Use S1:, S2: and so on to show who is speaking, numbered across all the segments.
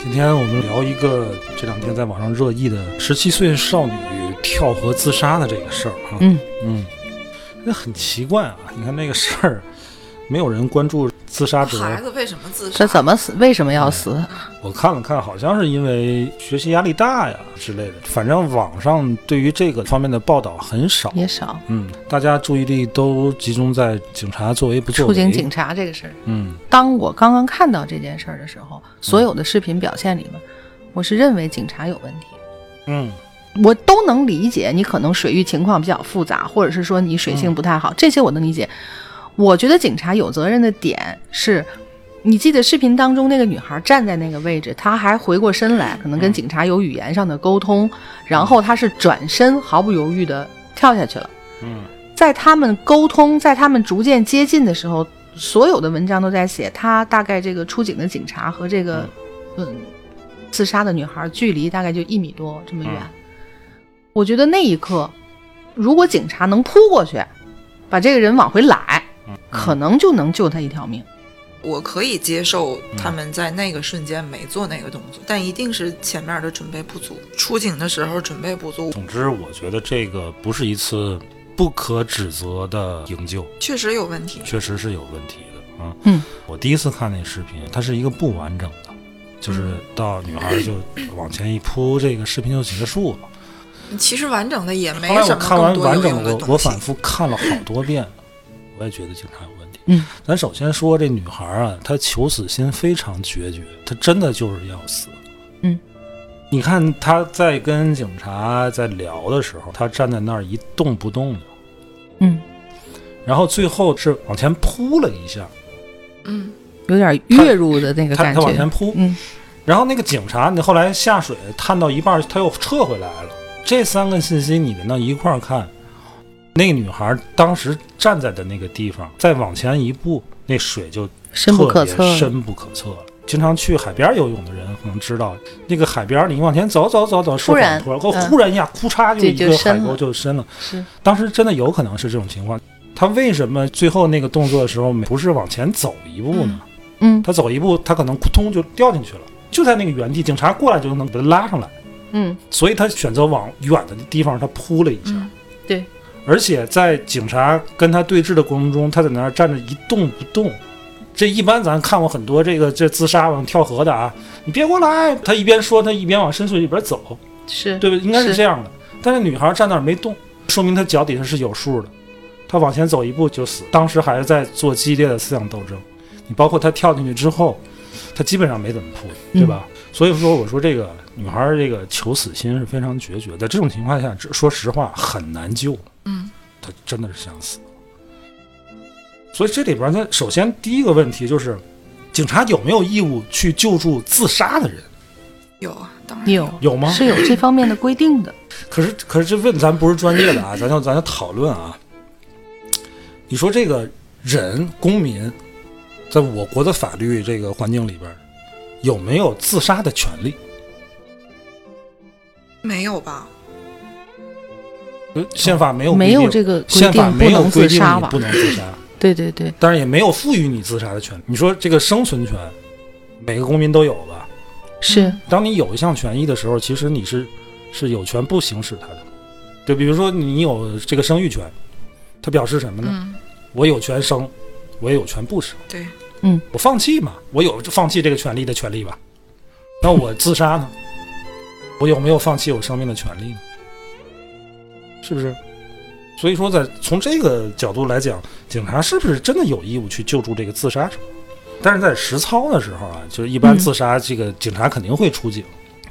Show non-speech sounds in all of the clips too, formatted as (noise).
S1: 今天我们聊一个这两天在网上热议的十七岁少女跳河自杀的这个事儿啊。
S2: 嗯
S1: 嗯，那很奇怪啊，你看那个事儿，没有人关注自杀者
S3: 子为什么自
S2: 这怎么死？为什么要死？
S1: 我看了看，好像是因为学习压力大呀之类的。反正网上对于这个方面的报道很少。
S2: 也少
S1: 嗯，大家注意力都集中在警察作为不作
S2: 出
S1: 为。
S2: 警警察这个事儿。
S1: 嗯
S2: 当我刚刚看到这件事儿的时候，所有的视频表现里面，我是认为警察有问题。
S1: 嗯
S2: 我都能理解，你可能水域情况比较复杂，或者是说你水性不太好，这些我能理解。我觉得警察有责任的点是，你记得视频当中那个女孩站在那个位置，她还回过身来，可能跟警察有语言上的沟通，然后她是转身毫不犹豫的跳下去了。
S1: 嗯
S2: 在他们沟通，在他们逐渐接近的时候，所有的文章都在写他大概这个出警的警察和这个嗯自杀的女孩距离大概就一米多这么远。我觉得那一刻，如果警察能扑过去，把这个人往回揽，
S1: 嗯
S2: 可能就能救他一条命。
S4: 我可以接受他们在那个瞬间没做那个动作，但一定是前面的准备不足，出警的时候准备不足，
S1: 总之，我觉得这个不是一次不可指责的营救，
S4: 确实有问题。
S1: 确实是有问题的啊。
S2: 嗯，
S1: 我第一次看那视频，它是一个不完整的，就是
S2: 嗯
S1: 到女孩就往前一扑，这个视频就结束了。
S4: 其实完整的也没
S1: 后来我
S4: 什么
S1: 看
S4: 更
S1: 完
S4: 多
S1: 完
S4: 有
S1: 整
S4: 用
S1: 的
S4: 的
S1: 我，我
S4: 东西
S1: 反。复看了好多遍，我也觉得警察有问题。
S2: 嗯，
S1: 咱首先说这女孩啊，她求死心非常决绝，她真的就是要死。
S2: 嗯，
S1: 你看她在跟警察在聊的时候，她站在那儿一动不动的，
S2: 嗯，
S1: 然后最后是往前扑了一下，
S4: 嗯，
S2: 有点跃入的那个
S1: 她
S2: 感
S1: 她往前
S2: 觉。
S1: 扑，
S2: 嗯，
S1: 然后那个警察，你后来下水探到一半儿，他又撤回来了。这三个信息你连到一块儿看，那个女孩当时站在的那个地方，再往前一步，那水就
S2: 深不可
S1: 特
S2: 测
S1: 别。深不可测了。经常去海边游泳的人可能知道，那个海边儿你往前走走走走，
S2: 突然
S1: 突然后
S2: 嗯
S1: 忽然一下，库嚓就
S2: 对
S1: 一
S2: 就
S1: 个
S2: 深
S1: 海沟
S2: 了
S1: 就深了。
S2: 是
S1: 当时真的有可能是这种情况。他为什么最后那个动作的时候不是往前走一步呢？
S2: 嗯
S1: 他走一步，他可能扑通就掉进去了，就在那个原地，警察过来就能把他拉上来，
S2: 嗯，
S1: 所以他选择往远的地方他扑了一下。
S4: 嗯
S2: 对，
S1: 而且在警察跟他对峙的过程中，他在那儿站着一动不动。这一般咱看过很多这个这自杀往跳河的啊，你别过来！他一边说，他一边往深水里边走，
S2: 是
S1: 对不对？应该是
S2: 是
S1: 这样的。但是女孩站那儿没动，说明她脚底下是有数的。她往前走一步就死，当时还是在做激烈的思想斗争。你包括她跳进去之后，她基本上没怎么扑，对吧？所以说，我说这个女孩儿这个求死心是非常决绝的。在这种情况下，只说实话很难救。
S4: 嗯，
S1: 她真的是想死。所以这里边呢，首先第一个问题就是，警察有没有义务去救助自杀的人？
S4: 有啊，当然
S2: 有
S1: 有吗？
S2: 是有这方面的规定的。
S1: 可是可是这问咱不是专业的
S2: (laughs)
S1: 啊，咱就咱就讨论啊。你说这个人公民，在我国的法律这个环境里边儿，有没有自杀的权利？
S4: 没有吧？
S1: 呃宪法没有
S2: 没有
S1: 规定
S2: 这个规
S1: 宪法
S2: 定，不
S1: 没有
S2: 能
S1: 规
S2: 自
S1: 定
S2: 杀
S1: 你
S2: 吧
S1: 不？能自
S2: (laughs)
S1: 杀，
S2: 对对对，
S1: 当然也没有赋予你自杀的权利。你说这个生存权，每个公民都有吧？
S2: 是
S1: 当你有一项权益的时候，其实你是是有权不行使它的。就比如说你有这个生育权，它表示什么呢？
S4: 嗯，
S1: 我有权生，我也有权不生。嗯
S4: 对，
S1: 我放弃嘛，我有放弃这个权利的权利吧？那我自杀呢？我有没有放弃我生命的权利呢？是不是？所以说在，从这个角度来讲，警察是不是真的有义务去救助这个自杀者？但是在实操的时候啊，就是一般
S2: 嗯
S1: 自杀，这个警察肯定会出警。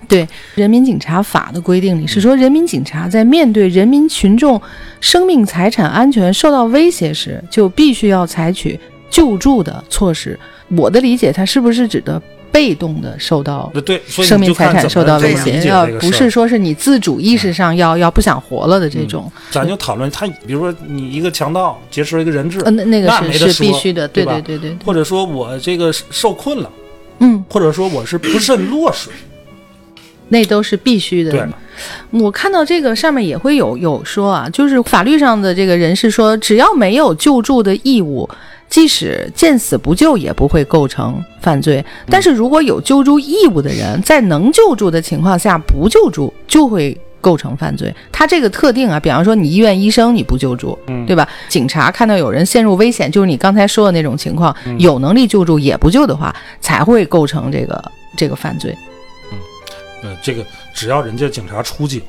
S2: 《人民警察法》的规定里
S1: 嗯
S2: 是说，人民警察在面对人民群众生命财产安全受到威胁时，就必须要采取救助的措施。我的理解，它是不是指的被动的受到
S1: 那对，所以
S2: 生
S1: 你
S2: 命
S1: 就
S2: 财
S1: 看
S2: 产
S1: 怎
S2: 受
S1: 么
S2: 到
S1: 怎
S2: 威
S1: 么理
S2: 胁，
S1: 解
S2: 要
S1: 这个
S2: 不
S1: 事
S2: 是
S1: 儿。嗯
S2: 说是你自主意识上要要不想活了的这种，
S1: 咱就讨论他，比如说你一个强盗劫持了一个人质，
S2: 呃，那那个
S1: 嗯那没
S2: 是
S1: 得
S2: 是必
S1: 说
S2: 须的，
S1: 对
S2: 对对
S1: 吧
S2: 对对，对
S1: 或者说我这个受困了，
S2: 嗯，
S1: 或者说我是不慎落水，
S2: 那都是必须的。
S1: 对，
S2: 我看到这个上面也会有有说啊，就是法律上的这个人是说，只要没有救助的义务，即使见死不救也不会构成犯罪。但是如果有救助义务的人，在能救助的情况下不救助，就会构成犯罪。他这个特定啊，比方说你医院医生你不救助，
S1: 嗯
S2: 对吧？警察看到有人陷入危险，就是你刚才说的那种情况，
S1: 嗯
S2: 有能力救助也不救的话，才会构成这个这个犯罪。
S1: 呃，这个只要人家警察出警，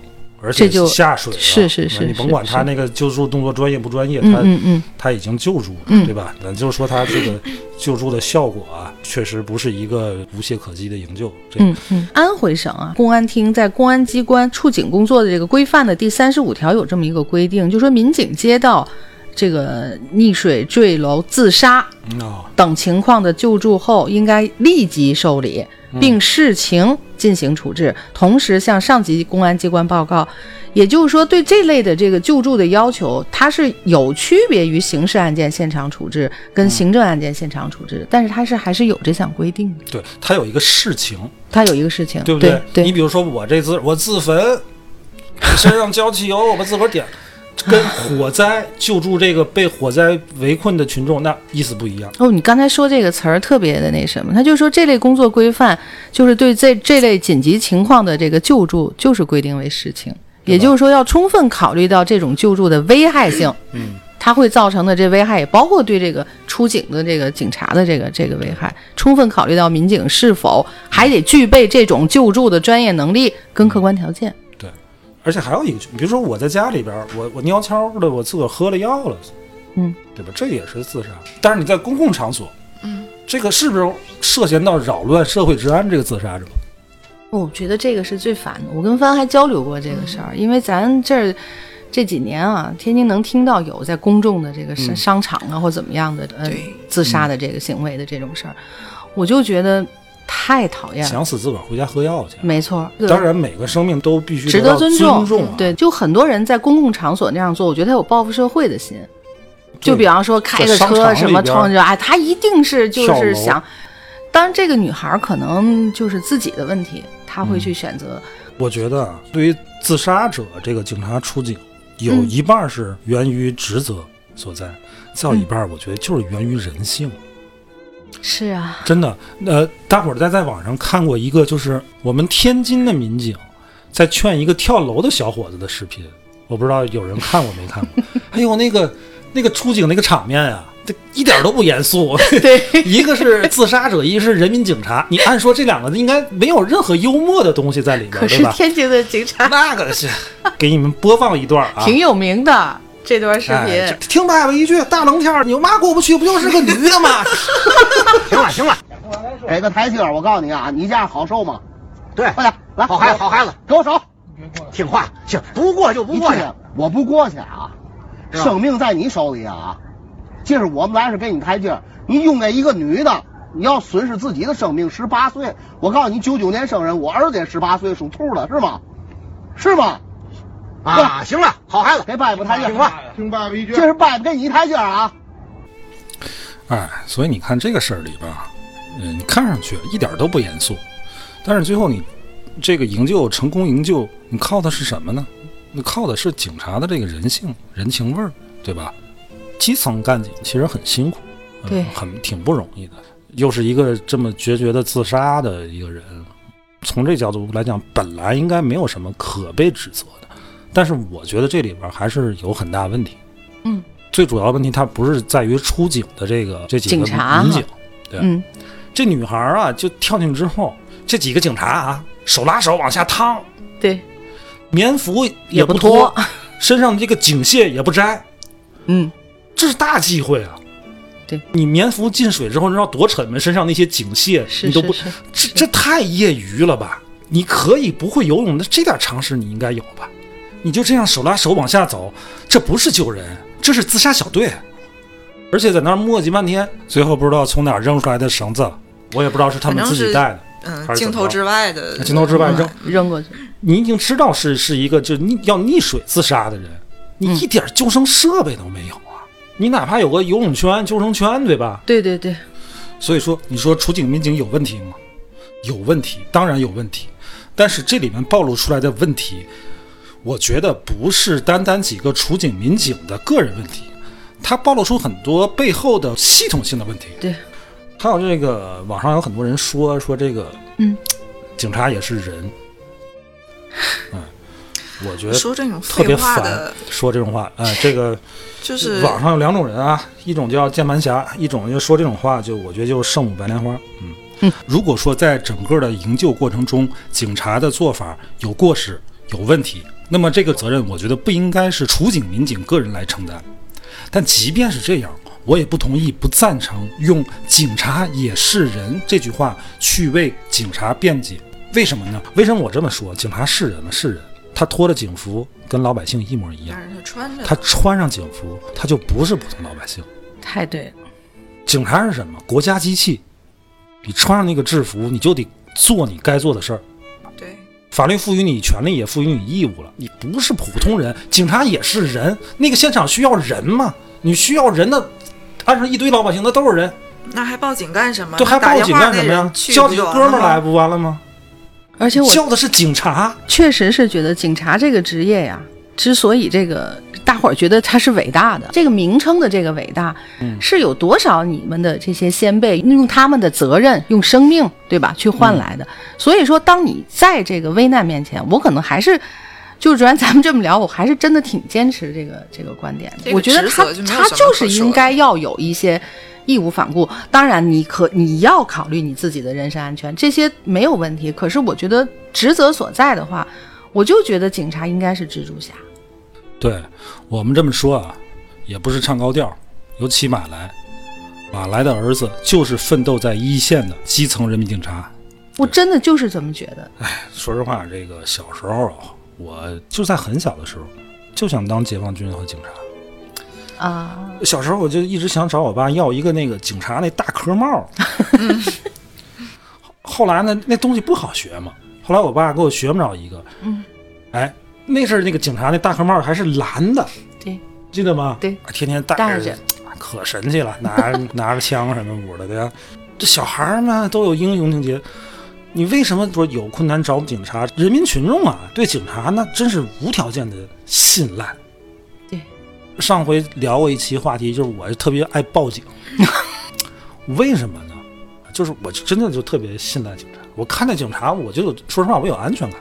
S1: 而
S2: 这
S1: 且
S2: 就是
S1: 下水了，呃
S2: 是是是
S1: 你甭管
S2: 是
S1: 他
S2: 是
S1: 那个救助动作专业不专业，
S2: 嗯
S1: 他
S2: 嗯嗯，
S1: 他已经救助了，
S2: 嗯
S1: 对吧？咱就说他这个救助的效果啊，确实不是一个无懈可击的营救。这
S2: 嗯嗯，安徽省啊，公安厅在公安机关处警工作的这个规范的第三十五条有这么一个规定，就说民警接到这个溺水、坠楼、自杀
S1: 嗯啊，
S2: 等情况的救助后，应该立即受理，
S1: 嗯
S2: 并视情进行处置，同时向上级公安机关报告。也就是说，对这类的这个救助的要求，它是有区别于刑事案件现场处置
S1: 嗯
S2: 跟行政案件现场处置，但是它是还是有这项规定的。
S1: 对他有一个事情，
S2: 它有一个事情，
S1: 对不
S2: 对？
S1: 你比如说我这自我自焚，身上浇汽油，我把自个儿点了。跟火灾救助这个被火灾围困的群众，那意思不一样。
S2: 哦，你刚才说这个词儿特别的那什么，他就说这类工作规范就是对这这类紧急情况的这个救助，就是规定为事情，也就是说要充分考虑到这种救助的危害性，嗯，它会造成的这危害，也包括对这个出警的这个警察的这个这个危害，充分考虑到民警是否还得具备这种救助的专业能力跟客观条件，
S1: 而且还有一个，比如说我在家里边儿，我我尿悄的，我自个儿喝了药了，
S2: 嗯，
S1: 对吧？这也是自杀。但是你在公共场所，嗯，这个是不是涉嫌到扰乱社会治安这个自杀者？
S2: 哦我觉得这个是最烦的。我跟帆还交流过这个事儿，
S1: 嗯
S2: 因为咱这儿这几年啊，天天能听到有在公众的这个
S1: 嗯
S2: 商商场啊、或怎么样的呃
S4: 对
S2: 自杀的这个行为的这种事儿，我就觉得太讨厌了。
S1: 想死自个儿回家喝药去。啊
S2: 没错，
S1: 当然，每个生命都必须
S2: 值
S1: 得
S2: 得
S1: 到尊
S2: 重。嗯
S1: 啊
S2: 对，就很多人在公共场所那样做，我觉得他有报复社会的心。
S1: 对
S2: 就比方说开
S1: 在
S2: 个
S1: 商场
S2: 车
S1: 里
S2: 什么
S1: 边
S2: 撞着，哎，他一定是就
S1: 跳楼
S2: 是想。当然，这个女孩儿可能就是自己的问题，她
S1: 嗯
S2: 会去选择。
S1: 我觉得啊，对于自杀者，这个警察出警，有
S2: 嗯
S1: 一半儿是源于职责所在，再有一半儿我觉得就是源于人性。
S2: 是啊，
S1: 真的，呃，大伙儿在在网上看过一个，就是我们天津的民警在劝一个跳楼的小伙子的视频，我不知道有人看过没看
S2: (laughs)
S1: 过。哎呦，那个那个出警那个场面啊，这一点儿都不严肃。
S2: (laughs) 对，
S1: 一个是自杀者，一个是人民警察。你按说这两个应该没有任何幽默的东西在里边，
S2: 可
S1: 对
S2: 是
S1: 吧？
S2: 天津的警
S1: (laughs)
S2: 察
S1: 那个是给你们播放一段啊，
S2: 挺有名的、这段视频，
S1: 哎、听爸爸一句，大冷天儿你妈过不去，不就是个驴的吗？
S5: 行了行了，给个台阶儿，我告诉你啊，你这样好受吗？
S6: 对，
S5: 快点，来，
S6: 好孩子，好孩子，
S5: 给我手，
S6: 听话，行，不过就不
S5: 你
S6: 过去
S5: 这。样我不过去啊，
S6: 是吧
S5: 生命在你手里啊，今儿我们来是给你台阶儿，你用那一个女的，你要损失自己的生命，十八岁，我告诉你，九九年生人，我儿子也十八岁，属兔的，是吗？是吗？
S6: 啊，行了，好孩子，
S5: 给爸爸台阶儿
S6: 听话，
S7: 听爸爸一句
S5: 这是爸爸给你一台阶儿啊。
S1: 哎，所以你看这个事儿里边儿，嗯，你看上去一点儿都不严肃，但是最后你这个营救成功营救，你靠的是什么呢？你靠的是警察的这个人性、人情味儿，对吧？基层干警其实很辛苦，嗯
S2: 对
S1: 很挺不容易的。又是一个这么决绝的自杀的一个人，从这角度来讲，本来应该没有什么可被指责的，但是我觉得这里边儿还是有很大问题。
S2: 嗯，
S1: 最主要的问题它不是在于出警的这个这几个
S2: 警察啊
S1: 民
S2: 哈
S1: 警，对，
S2: 嗯，
S1: 这女孩儿啊，就跳进去之后，这几个警察啊，手拉手往下趟，
S2: 对，
S1: 棉服
S2: 也
S1: 不
S2: 不
S1: 脱
S2: 脱，
S1: 身上的这个警械也不摘，
S2: 嗯，
S1: 这是大忌讳啊！
S2: 对
S1: 你棉服进水之后，你知道多沉吗？身上那些警械
S2: 是
S1: 你都不，
S2: 是是
S1: 这这太业余了吧？你可以不会游泳的，这点常识你应该有吧？你就这样手拉手往下走，这不是救人，这是自杀小队。而且在那儿磨叽半天，最后不知道从哪儿扔出来的绳子，我也不知道是他们自己带的。
S4: 嗯
S1: 还，是怎
S4: 镜
S1: 么
S4: 头
S1: 着
S4: 之外的，
S1: 镜头之外扔，
S2: 扔过去，
S1: 你已经知道是是一个就溺要溺水自杀的人，你一点救生设备都没有啊！你哪怕有个游泳圈、救生圈，对吧？
S2: 对对对，
S1: 所以说，你说处警民警有问题吗？有问题，当然有问题。但是这里面暴露出来的问题，我觉得不是单单几个处警民警的个人问题，它暴露出很多背后的系统性的问题。
S2: 对，
S1: 还有这个网上有很多人说说这个，
S2: 嗯，
S1: 警察也是
S4: (laughs)
S1: 人，嗯，我觉得
S4: 说这种
S1: 特别
S4: 废话
S1: 烦
S4: 的，
S1: 说这种话，哎、这个。
S4: 就是
S1: 网上有两种人啊，一种叫键盘侠，一种就说这种话，就我觉得就是圣母白莲花。嗯，如果说在整个的营救过程中，警察的做法有过失、有问题，那么这个责任我觉得不应该是处警民警个人来承担。但即便是这样，我也不同意、不赞成用“警察也是人”这句话去为警察辩解。为什么呢？为什么我这么说？警察是人吗？是人，他脱了警服跟老百姓一模一样。
S4: 但是他穿着
S1: 他穿上警服，他就不是普通老百姓。
S2: 太对了，
S1: 警察是什么？国家机器。你穿上那个制服，你就得做你该做的事儿。
S4: 对，
S1: 法律赋予你权利，也赋予你义务了。你不是普通人，警察也是人。那个现场需要人嘛？你需要人的，岸上一堆老百姓，那都是人。
S4: 那还报警干什么？
S1: 对，还
S4: 那打
S1: 报
S4: 电
S1: 警
S4: 话
S1: 干什
S4: 那
S1: 么呀
S4: 人？去
S1: 叫
S4: 不
S1: 几
S4: 就
S1: 个
S4: 完
S1: 哥们儿
S4: 了吗
S1: 来不完了吗？
S2: 而且我
S1: 叫的是警察。
S2: 确实是觉得警察这个职业呀，之所以这个大伙儿觉得它是伟大的，这个名称的这个伟大，是有多少你们的这些先辈用他们的责任、用生命，对吧，去换来的。
S4: 嗯
S2: 所以说，当你在这个危难面前，我可能还是。就主然咱们这么聊，我还是真的挺坚持这个这个观点的。
S4: 这个
S2: 我觉得
S4: 职
S2: 他
S4: 责就没有
S2: 他
S4: 什么
S2: 就
S4: 可
S2: 是
S4: 说
S2: 应
S4: 的
S2: 该要有一些义无反顾。当然，你可你要考虑你自己的人身安全，这些没有问题。可是我觉得职责所在的话，我就觉得警察应该是蜘蛛侠。
S1: 对我们这么说啊，也不是唱高调，尤其马来，马来的儿子就是奋斗在一线的基层人民警察。
S2: 我真的就是这么觉得。
S1: 说实话，这个小时候啊，我就在很小的时候就想当解放军和警察。
S2: 啊，
S1: 小时候我就一直想找我爸要一个那个警察那大壳帽，后来呢，那东西不好学嘛，后来我爸给我学不着一个，
S2: 嗯，
S1: 哎，那是那个警察那大壳帽还是蓝的，
S2: 对，
S1: 记得吗？
S2: 对，
S1: 天天戴啊
S2: 戴着
S1: 可神气了，拿 (laughs) 拿着枪什么舞的呀。这小孩儿嘛都有英雄情节，你为什么说有困难找警察？人民群众啊，对警察那真是无条件的信赖。
S2: 对，
S1: 上回聊过一期话题，就是我特别爱报
S2: (laughs)
S1: 警，为什么呢？就是我真的就特别信赖警察，我看见警察我就有说实话我有安全感。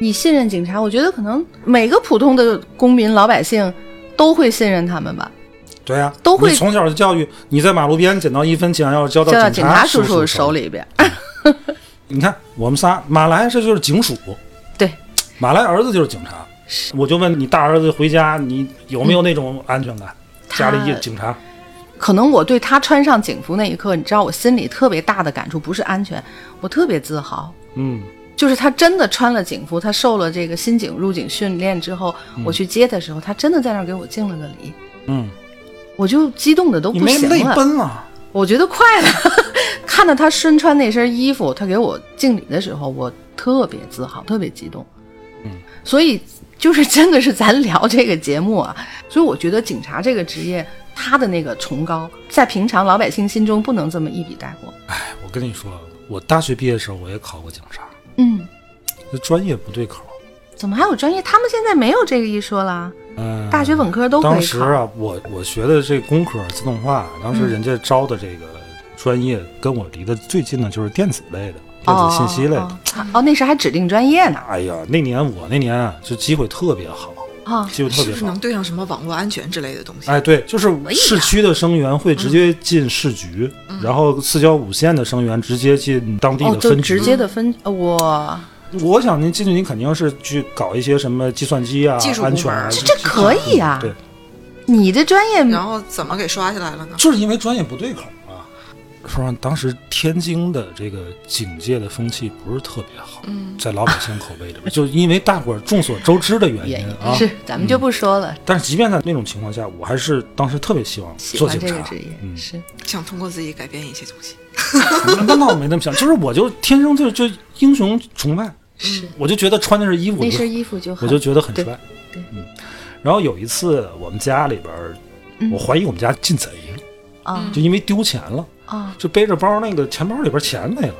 S2: 你信任警察，我觉得可能每个普通的公民老百姓都会信任他们吧。
S1: 对呀、
S2: 都会
S1: 你从小就教育你在马路边捡到一分钱要交
S2: 交到
S1: 到
S2: 警
S1: 察
S2: 叔
S1: 叔
S2: 手
S1: 里。
S2: 里边， (laughs)
S1: 你看，我们仨，马来这就是警署，
S2: 对，
S1: 马来儿子就是警察。我就问你，大儿子回家，你有没有那种安全感？家里一
S2: 嗯他
S1: 警察，
S2: 可能我对他穿上警服那一刻，你知道我心里特别大的感触不是安全，我特别自豪。
S1: 嗯，
S2: 就是他真的穿了警服，他受了这个新警入警训练之后，我去接的时候，他真的在那儿给我敬了个礼，
S1: 嗯，
S2: 我就激动的都
S1: 你
S2: 不
S1: 没
S2: 行
S1: 泪
S2: 了。
S1: 奔啊？
S2: 我觉得快了， (laughs) 看到他身穿那身衣服，他给我敬礼的时候，我特别自豪，特别激动。嗯，所以就是真的是咱聊这个节目啊， (laughs) 所以我觉得警察这个职业，他的那个崇高，在平常老百姓心中不能这么一笔带过。
S1: 哎，我跟你说，我大学毕业的时候我也考过警察，
S2: 嗯，
S1: 这专业不对口。
S2: 怎么还有专业？他们现在没有这个一说啦。
S1: 嗯，
S2: 大学本科都可以考
S1: 当时啊，我我学的这工科自动化，当
S2: 嗯
S1: 时人家招的这个专业跟我离得最近的就是电子类的，电子信息类的。
S2: 哦哦哦，那时还指定专业呢
S1: 哎呀，那年我那年啊，这机会特别好，
S2: 啊！
S1: 机会特
S4: 是
S1: 别
S4: 不是
S1: 好
S4: 能。对上什么网络安全之类的东西？
S1: 哎，对，就是
S2: 嗯
S1: 市区的生源会直接进市局，然后四郊五县的生源直接进当地
S2: 哦，
S1: 的
S2: 就
S1: 分局。
S2: 直接的分呃我
S1: 我想您进去，您肯定是去搞一些什么计算机啊、
S4: 技术部
S1: 安
S4: 门
S1: 全啊，
S2: 这这可以啊
S1: 对，
S2: 你的专业
S4: 然后怎么给刷下来了呢？
S1: 就是因为专业不对口啊。说实话，当时天津的这个警界的风气不是特别好，
S2: 嗯
S1: 在老百姓口碑里边， (laughs) 就因为大伙儿众所周知的原
S2: 原因、
S1: 啊。
S2: 是咱们就不说了，
S1: 但是即便在那种情况下，我还是当时特别希望
S2: 喜
S1: 做
S2: 欢
S1: 警
S2: 这个
S1: 察
S2: 职业、
S1: 嗯，
S2: 是
S1: 哦
S4: 想通过自己改变一些东西。
S1: 那那我没那么想，就是我就天生就就英雄崇拜，我就觉得穿的是衣服，
S7: 那
S1: 我就
S7: 身衣服就好，
S1: 我就觉得很帅。
S7: 对对
S1: 嗯。然后有一次我们家里边儿，
S2: 嗯
S1: 我怀疑我们家进贼
S7: 啊
S1: 就因为丢钱了
S2: 哦
S7: 啊，
S1: 就背着包那个钱包里边钱没了。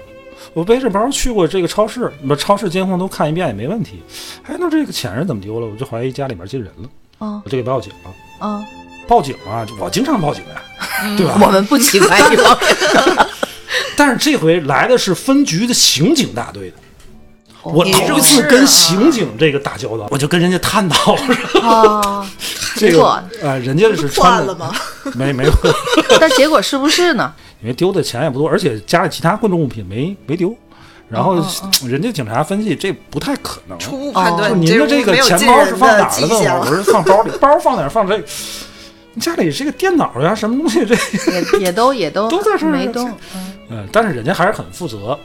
S1: 我背着包去过这个超市，把超市监控都看一遍也没问题。哎，那这个钱是怎么丢了？我就怀疑家里面进人了，
S2: 哦
S7: 啊
S1: 我就给报警了。
S2: (laughs)
S7: 啊，
S1: 报警啊，我经常报警呀、对吧？
S2: 我们不奇怪你 (laughs) 吗？
S1: 但是这回来的是分局的刑警大队的。我
S4: 你
S1: 头
S4: 入
S1: 一次
S4: 室
S1: 跟
S4: 啊
S1: 刑警这个打交道，我就跟人家探讨
S2: 哦
S7: 啊，
S1: 这个
S7: 错
S1: 啊、人家是
S3: 破案
S1: 穿
S3: 了
S1: 的
S3: 吗？
S1: 没没有，
S2: 但结果是不是呢？
S1: 因为丢的钱也不多，而且家里其他贵重物品没没丢。然后人家警察分析这不太可能，
S4: 初步判
S1: 就
S4: 断你
S1: 您的哦
S4: 这
S1: 这
S4: 屋
S1: 个
S4: 没有
S1: 钱
S4: 进
S1: 包
S4: 人
S1: 是放
S4: 的
S1: 哪儿
S4: 迹
S1: 了的？
S4: 象
S1: 我
S4: (laughs)
S1: 说是放包里，包放哪儿放这？你家里这个电脑呀，什么东西这？
S2: 也也都也都
S1: 都在这儿
S2: 没动，
S1: 嗯，但是人家还是很负责。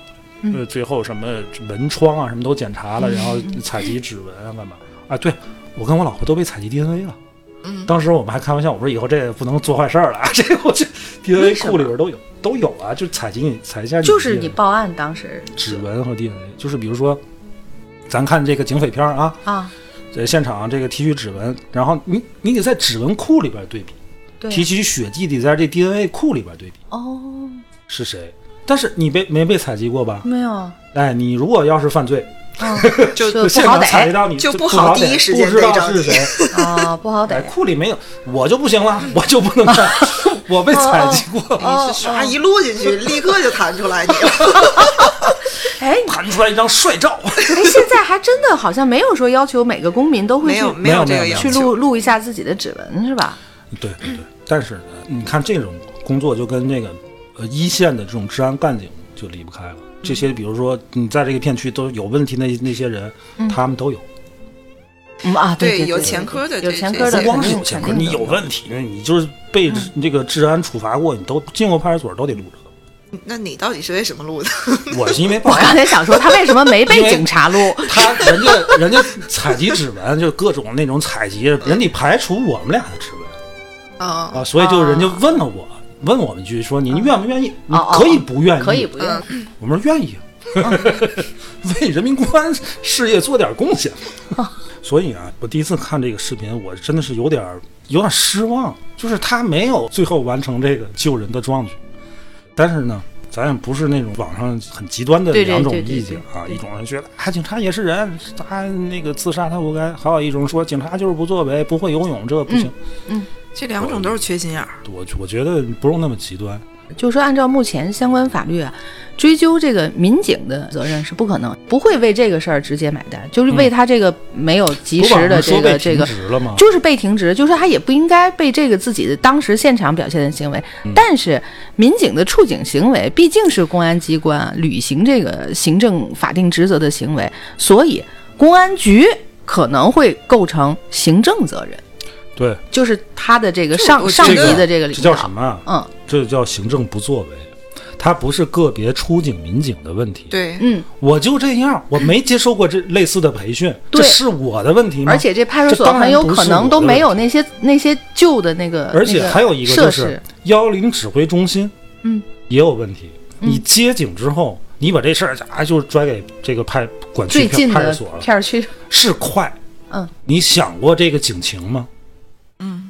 S1: 呃，最后什么门窗啊，什么都检查了，然后采集指纹啊，干嘛？啊，对我跟我老婆都被采集 DNA 了。嗯，当时我们还开玩笑，我说以后这也不能做坏事儿了，啊这个我这 DNA 库里边都有，都有啊，就采集你采一下的
S2: 就是你
S1: DNA
S2: 报案当时
S1: 指纹和 DNA，就是比如说，咱看这个警匪片儿啊，
S2: 啊，
S1: 在现场这个提取指纹，然后你你得在指纹库里边对比，
S2: 对
S1: 提取血迹得在这 DNA 库里边对比
S2: 哦，
S1: 是谁。但是你被没被采集过吧？
S2: 没有，
S1: 哎，你如果要是犯罪，
S2: 就
S1: 就
S2: 不
S1: 现
S2: 好
S1: 场采集
S2: 逮
S1: 到你
S4: 就
S1: 不
S4: 不好
S1: 逮
S4: 第一时间
S1: 不知
S4: 逮
S1: 道
S4: 着
S1: 是
S4: 你 (laughs)
S1: 谁，
S2: 啊，不好
S1: 哎，
S2: 逮。
S1: 库里没有，我就不行了， (laughs) 我就不
S4: (laughs)
S1: 能干，我被采集过，
S2: 哦
S4: 你是唰啊一录进去，立刻就弹出
S1: (laughs)
S4: 来你了。
S2: 哎，
S1: 弹出来一张帅照。
S2: 哎，现在还真的好像没有说要求每个公民都会
S4: 没
S2: 去
S4: 有
S1: 没有
S4: 有
S1: 没
S4: 这
S1: 有
S4: 个
S1: 没有
S4: 要
S2: 去
S4: 求，
S2: 录录一下自己的指纹是吧？
S1: 对对对，但是呢，你看这种工作就跟那个呃一线的这种治安干警就离不开了。这些比如说你在这个片区都有问题那那些人，他们都有，
S2: 嗯啊，
S4: 对
S2: 对，
S4: 有前科的
S2: 有
S4: 这
S2: 前
S4: 这
S2: 科
S4: 些
S2: 的
S1: 不
S2: 肯定，
S1: 光是有前科，
S2: 肯定嗯
S1: 你有问题，你就是被这个治安处罚过，你都进过派出所都得录
S2: (laughs)
S1: 这
S4: 那你到底是为什么录的？
S1: 个。我是因为报
S2: 我刚
S1: 案。
S2: 才想说，他为什么没被警察录？
S1: 他人家人家采集指纹，就各种那种采集，人家排除我们俩的指纹
S4: 啊，
S1: 啊，所以就人家问了我，问我们一句说你愿不愿意？你
S2: 哦哦
S1: 可以不愿意？
S2: 可以不用，
S4: 嗯
S1: 我们说愿意，啊 (laughs) 为人民公安事业做点贡献。
S2: 哦
S1: 所以啊，我第一次看这个视频，我真的是有点儿有点失望，就是他没有最后完成这个救人的壮举。但是呢，咱也不是那种网上很极端的
S2: 对对
S1: 两种
S2: 对对
S1: 意见啊，一种人觉得啊，警察也是人，他那个自杀他活该；还有一种说警察就是不作为，不会游泳，这不行。
S2: 嗯
S4: 这两种都是缺心眼儿。
S1: 我我觉得不用那么极端。
S2: 就是说，按照目前相关法律啊，追究这个民警的责任是不可能，不会为这个事儿直接买单，就是为他这个没有及
S1: 嗯不
S2: 时
S1: 网上
S2: 的这
S1: 说
S2: 个
S1: 被
S2: 这
S1: 停
S2: 个。
S1: 职了吗？
S2: 就是被停职，就是他也不应该被这个自己的当时现场表现的行为。
S1: 嗯
S2: 但是，民警的处警行为毕竟是公安机关啊履行这个行政法定职责的行为，所以公安局可能会构成行政责任，
S1: 对，
S2: 就是他的这个
S4: 这
S2: 上
S4: 我
S2: 上
S4: 觉
S2: 级
S1: 这
S4: 得
S2: 的这个领
S1: 这
S2: 导。
S1: 叫什么啊？
S2: 嗯
S1: 这叫行政不作为，它不是个别出警民警的问题。，
S4: 对，
S2: 嗯，
S1: 我就这样，我没接受过这类似的培训，
S2: 对
S1: 这是我的问题吗？
S2: 而且这派出
S1: 这
S2: 所
S1: 当然
S2: 很有
S1: 不是
S2: 可能
S1: 我
S2: 都
S1: 的
S2: 没有
S1: 问题。
S2: 那些那些旧的那个，
S1: 而且
S2: 那
S1: 还有一个
S2: 设
S1: 就
S2: 施
S1: 是幺零指挥中心，
S2: 嗯，
S1: 也有问题。你接警之后，你把这事儿啊，就拽给这个派管
S2: 最
S1: 区
S2: 近
S1: 派出
S2: 的
S1: 所了，
S2: 片儿区
S1: 是快。
S2: 嗯，
S1: 你想过这个警情吗？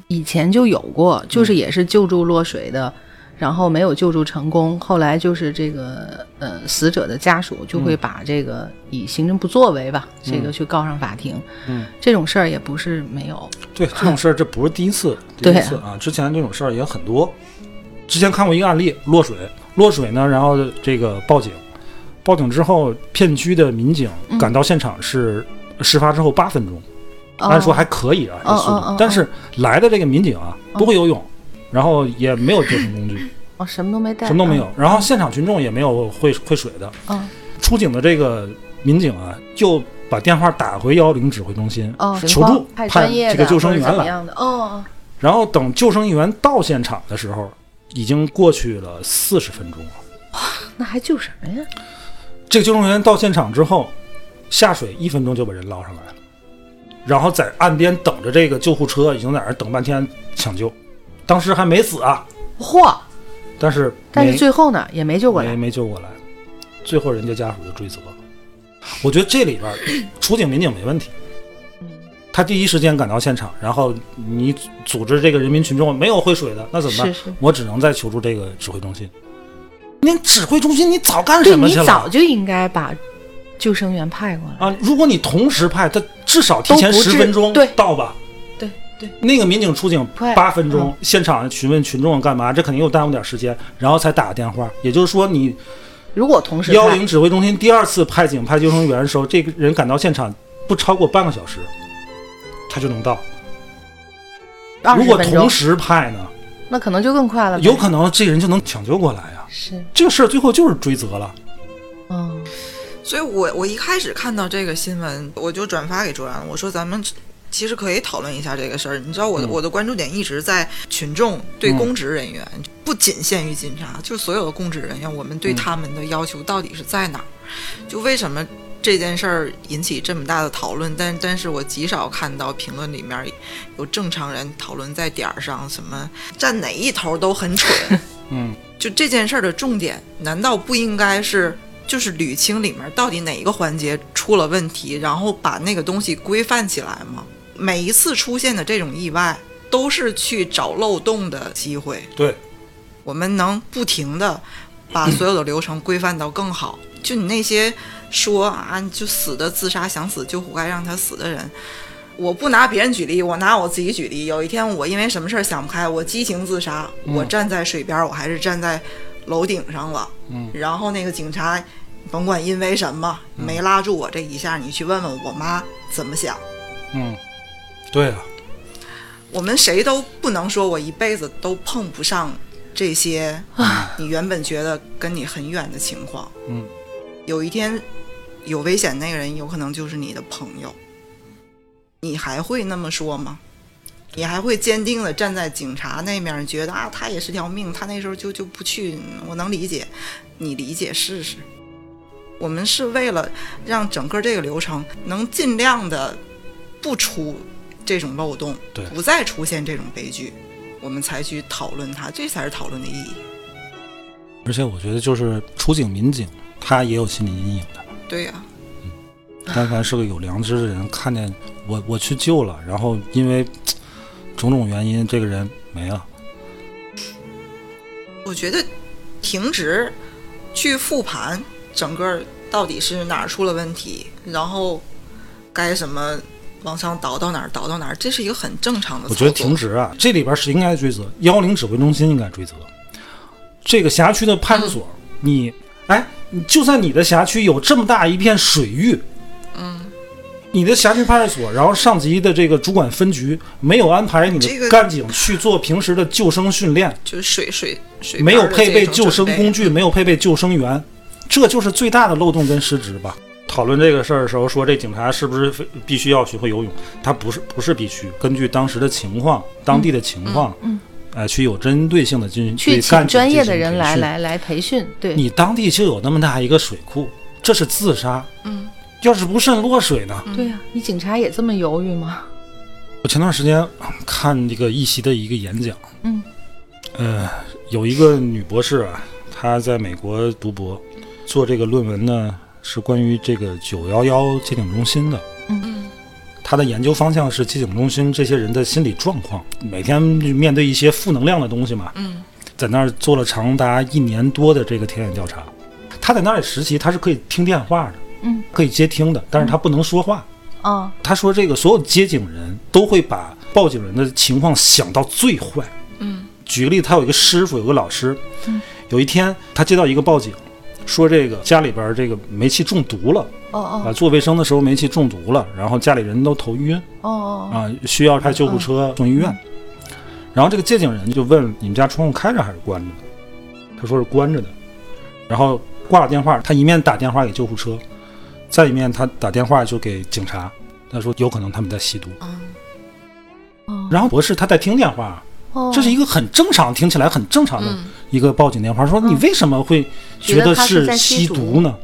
S2: 以前就有过，
S1: 嗯
S2: 就是也是救助落水的，然后没有救助成功，后来就是这个呃死者的家属就
S1: 嗯
S2: 会把这个以行政不作为吧，这个去告上法庭。
S1: 嗯，
S2: 这种事儿也不是没有。
S1: 对这种事儿，这不是第一次，第
S2: 嗯对
S1: 一次啊，之前这种事儿也很多。之前看过一个案例，落水，落水呢，然后这个报警，报警之后，片区的民警
S2: 嗯
S1: 赶到现场是事发之后八分钟，按说还可以啊，这速
S2: 哦哦哦哦
S1: 度。但是来的这个民警啊，不会游泳，然后也没有救生工具，
S2: 哦什么都没带，
S1: 什么都没有，然后现场群众也没有会会水的。
S2: 嗯
S1: 出警的这个民警啊，就把电话打回幺零指挥中心
S2: 哦，
S1: 求助，
S2: 派
S1: 派
S2: 专业
S1: 这
S2: 的
S1: 个救生
S2: 或者
S1: 员
S2: 怎么
S1: 来。
S2: 样的哦，
S1: 然后等救生员到现场的时候，已经过去了四十分钟了。
S2: 哦那还救什么呀？
S1: 这个救生员到现场之后，下水一分钟就把人捞上来了，然后在岸边等着这个救护车，已经在那儿等半天抢救。当时还没死啊，
S2: 嚯，
S1: 但是没
S2: 但是最后呢，也没救过
S1: 没
S2: 来。
S1: 没救过来，最后人家家属就追责了。我觉得这里边儿处警民警没问题，
S2: 嗯
S1: 他第一时间赶到现场，然后你组组织这个人民群众没有会水的，那怎么办？
S2: 是是
S1: 我只能再求助这个指挥中心。那指挥中心你早
S2: (laughs)
S1: 干
S2: 对
S1: 什么
S2: 你
S1: 去
S2: 早
S1: 了？
S2: 就应该把救生员派过来。
S1: 啊，如果你同时派，他至少提前
S2: 都不至
S1: 十分钟
S2: 对
S1: 到吧？
S2: 对对，嗯
S1: 那个民警出警
S2: 快
S1: 八分钟，现场询问群众干嘛，这肯定又耽误点时间，然后才打个电话。也就是说，你
S2: 如果同时
S1: 幺
S2: 派
S1: 零指挥中心第二次派警派救生员的时候，这个人赶到现场不超过半个小时，他就能到。
S2: 二
S1: 如
S2: 十
S1: 果
S2: 分
S1: 同
S2: 钟，
S1: 时派呢，
S2: 那可能就更快了呗。
S1: 有可能这人就能抢救过来呀、
S2: 是，
S1: 这个事儿最后就是追责了。
S2: 嗯，
S4: 所以我我一开始看到这个新闻，我就转发给卓然，我说咱们其实可以讨论一下这个事儿。你知道我的、
S1: 嗯
S4: 我的关注点一直在群众对
S1: 嗯
S4: 公职人员，不仅限于警察，就所有的公职人员，我们对
S1: 嗯
S4: 他们的要求到底是在哪儿？就为什么？这件事儿引起这么大的讨论，但但是我极少看到评论里面有正常人讨论在点儿上，什么站哪一头都很蠢，
S1: (laughs) 嗯，
S4: 就这件事儿的重点，难道不应该是就是捋清里面到底哪一个环节出了问题，然后把那个东西规范起来吗？每一次出现的这种意外，都是去找漏洞的机会。
S1: 对，
S4: 我们能不停的把所有的流程规范到
S1: (clears throat)
S4: 更好。就你那些说啊，你就死的自杀想死就活该让他死的人，我不拿别人举例，我拿我自己举例。有一天我因为什么事儿想不开，我激情自杀，
S1: 嗯
S4: 我站在水边儿，我还是站在楼顶上了。
S1: 嗯
S4: 然后那个警察，甭管因为什么没拉住我这一下，你去问问我妈怎么想。
S1: 嗯，对啊，
S4: 我们谁都不能说我一辈子都碰不上这些你原本觉得跟你很远的情况。
S1: 嗯，
S4: 有一天有危险那个人有可能就是你的朋友，你还会那么说吗？你还会坚定的站在警察那面，觉得啊，他也是条命，他那时候就就不去，我能理解，你理解试试。我们是为了让整个这个流程能尽量的不出这种漏洞
S1: 对，
S4: 不再出现这种悲剧，我们才去讨论它，这才是讨论的意义。
S1: 而且我觉得就是处警民警他也有心理阴影的。
S4: 对呀、啊
S1: 但凡是个有良知的人，看见我我去救了，然后因为种种原因，这个人没了。
S4: 我觉得停职去复盘整个到底是哪儿出了问题，然后该什么往上倒到哪儿倒到哪儿，这是一个很正常的
S1: 我
S4: 操
S1: 觉
S4: 作。
S1: 得停职啊，这里边是应该追责，幺零指挥中心应该追责。这个辖区的派出所，
S4: 嗯
S1: 你哎，你就算你的辖区有这么大一片水域，嗯，你的辖区派出所，然后上级的这个主管分局没有安排你
S4: 这个
S1: 的干警去做平时的救生训练，
S4: 就是水水水
S1: 没有
S4: 边儿的
S1: 配备
S4: 这种
S1: 救生
S4: 准备
S1: 工
S2: 嗯
S1: 具，没有配备救生员，这就是最大的漏洞跟失职吧。讨论这个事儿的时候说，这警察是不是非必须要学会游泳？他不是，不是必须。根据当时的情况、当地的情况，
S2: 嗯
S1: 呃，去有针对性的进行
S2: 去
S1: 对
S2: 请
S1: 干
S2: 专业的
S1: 进行
S2: 人
S1: 培
S2: 来
S1: 训
S2: 来来培训，对，
S1: 你当地就有那么大一个水库，这是自杀。
S4: 嗯，
S1: 要是不慎落水呢？
S2: 对呀、你警察也这么犹豫吗？
S1: 我前段时间看这个一席的一个演讲，
S2: 嗯，
S1: 呃，有一个女博士啊，她在美国读博，做这个论文呢是关于这个九幺幺接警中心的，
S2: 嗯
S1: 嗯，她的研究方向是接警中心这些人的心理状况，每天面对一些负能量的东西嘛，
S4: 嗯，
S1: 在那儿做了长达一年多的这个田野调查，她在那里实习，她是可以听电话的，
S2: 嗯，
S1: 可以接听的，但是她不能说话，
S2: 啊、
S1: 他说这个所有接警人都会把报警人的情况想到最坏。
S4: 嗯，
S1: 举个例，他有一个师傅，有个老师，
S2: 嗯
S1: 有一天他接到一个报警，说这个家里边这个煤气中毒了
S2: 哦
S1: 啊，
S2: 哦
S1: 做卫生的时候煤气中毒了，然后家里人都头晕
S2: 哦哦，
S1: 啊，需要派救护车送医院。然后这个接警人就问你们家窗户开着还是关着的？他说是关着的。然后挂了电话，他一面打电话给救护车，再一面他打电话就给警察。他说有可能他们在吸毒。
S4: 嗯，
S1: 然后博士他在听电话，
S2: 哦
S1: 这是一个很正常，听起来很正常的一个报警电话，说你为什么会嗯觉得是吸毒呢？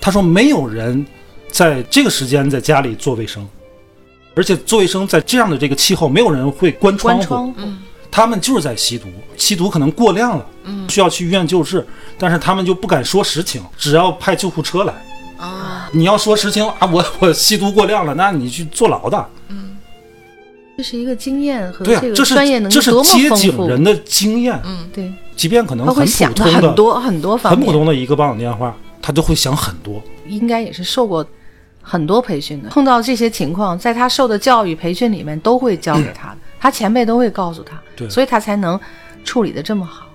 S1: 他说没有人在这个时间在家里做卫生，而且做卫生在这样的这个气候，没有人会关窗
S2: 哦关
S1: 户，
S2: 窗户，
S1: 他们就是在吸毒，吸毒可能过量了，
S3: 嗯
S1: 需要去医院救治，但是他们就不敢说实情，只要派救护车来。
S3: 啊，
S1: 你要说实情啊，我 (laughs) 我吸毒过量了，那你去坐牢的。
S3: 嗯
S2: 这是一个经验和
S1: 对啊
S2: 这，个
S1: 这是
S2: 专业能力
S1: 这是
S2: 多么
S1: 街
S2: 丰
S1: 景
S2: 富。
S1: 人的经验，
S3: 嗯，
S2: 对，
S1: 即便可能
S2: 他会
S1: 很普
S2: 想的
S1: 通
S2: 很多很多方
S1: 很
S2: 面，
S1: 普通的一个报警电话，他就会想很多。
S2: 应该也是受过很多培训的。碰到这些情况，在他受的教育培训里面都会教给他的，他前辈都会告诉他，
S1: 对
S2: 所以他才能处理的这么好。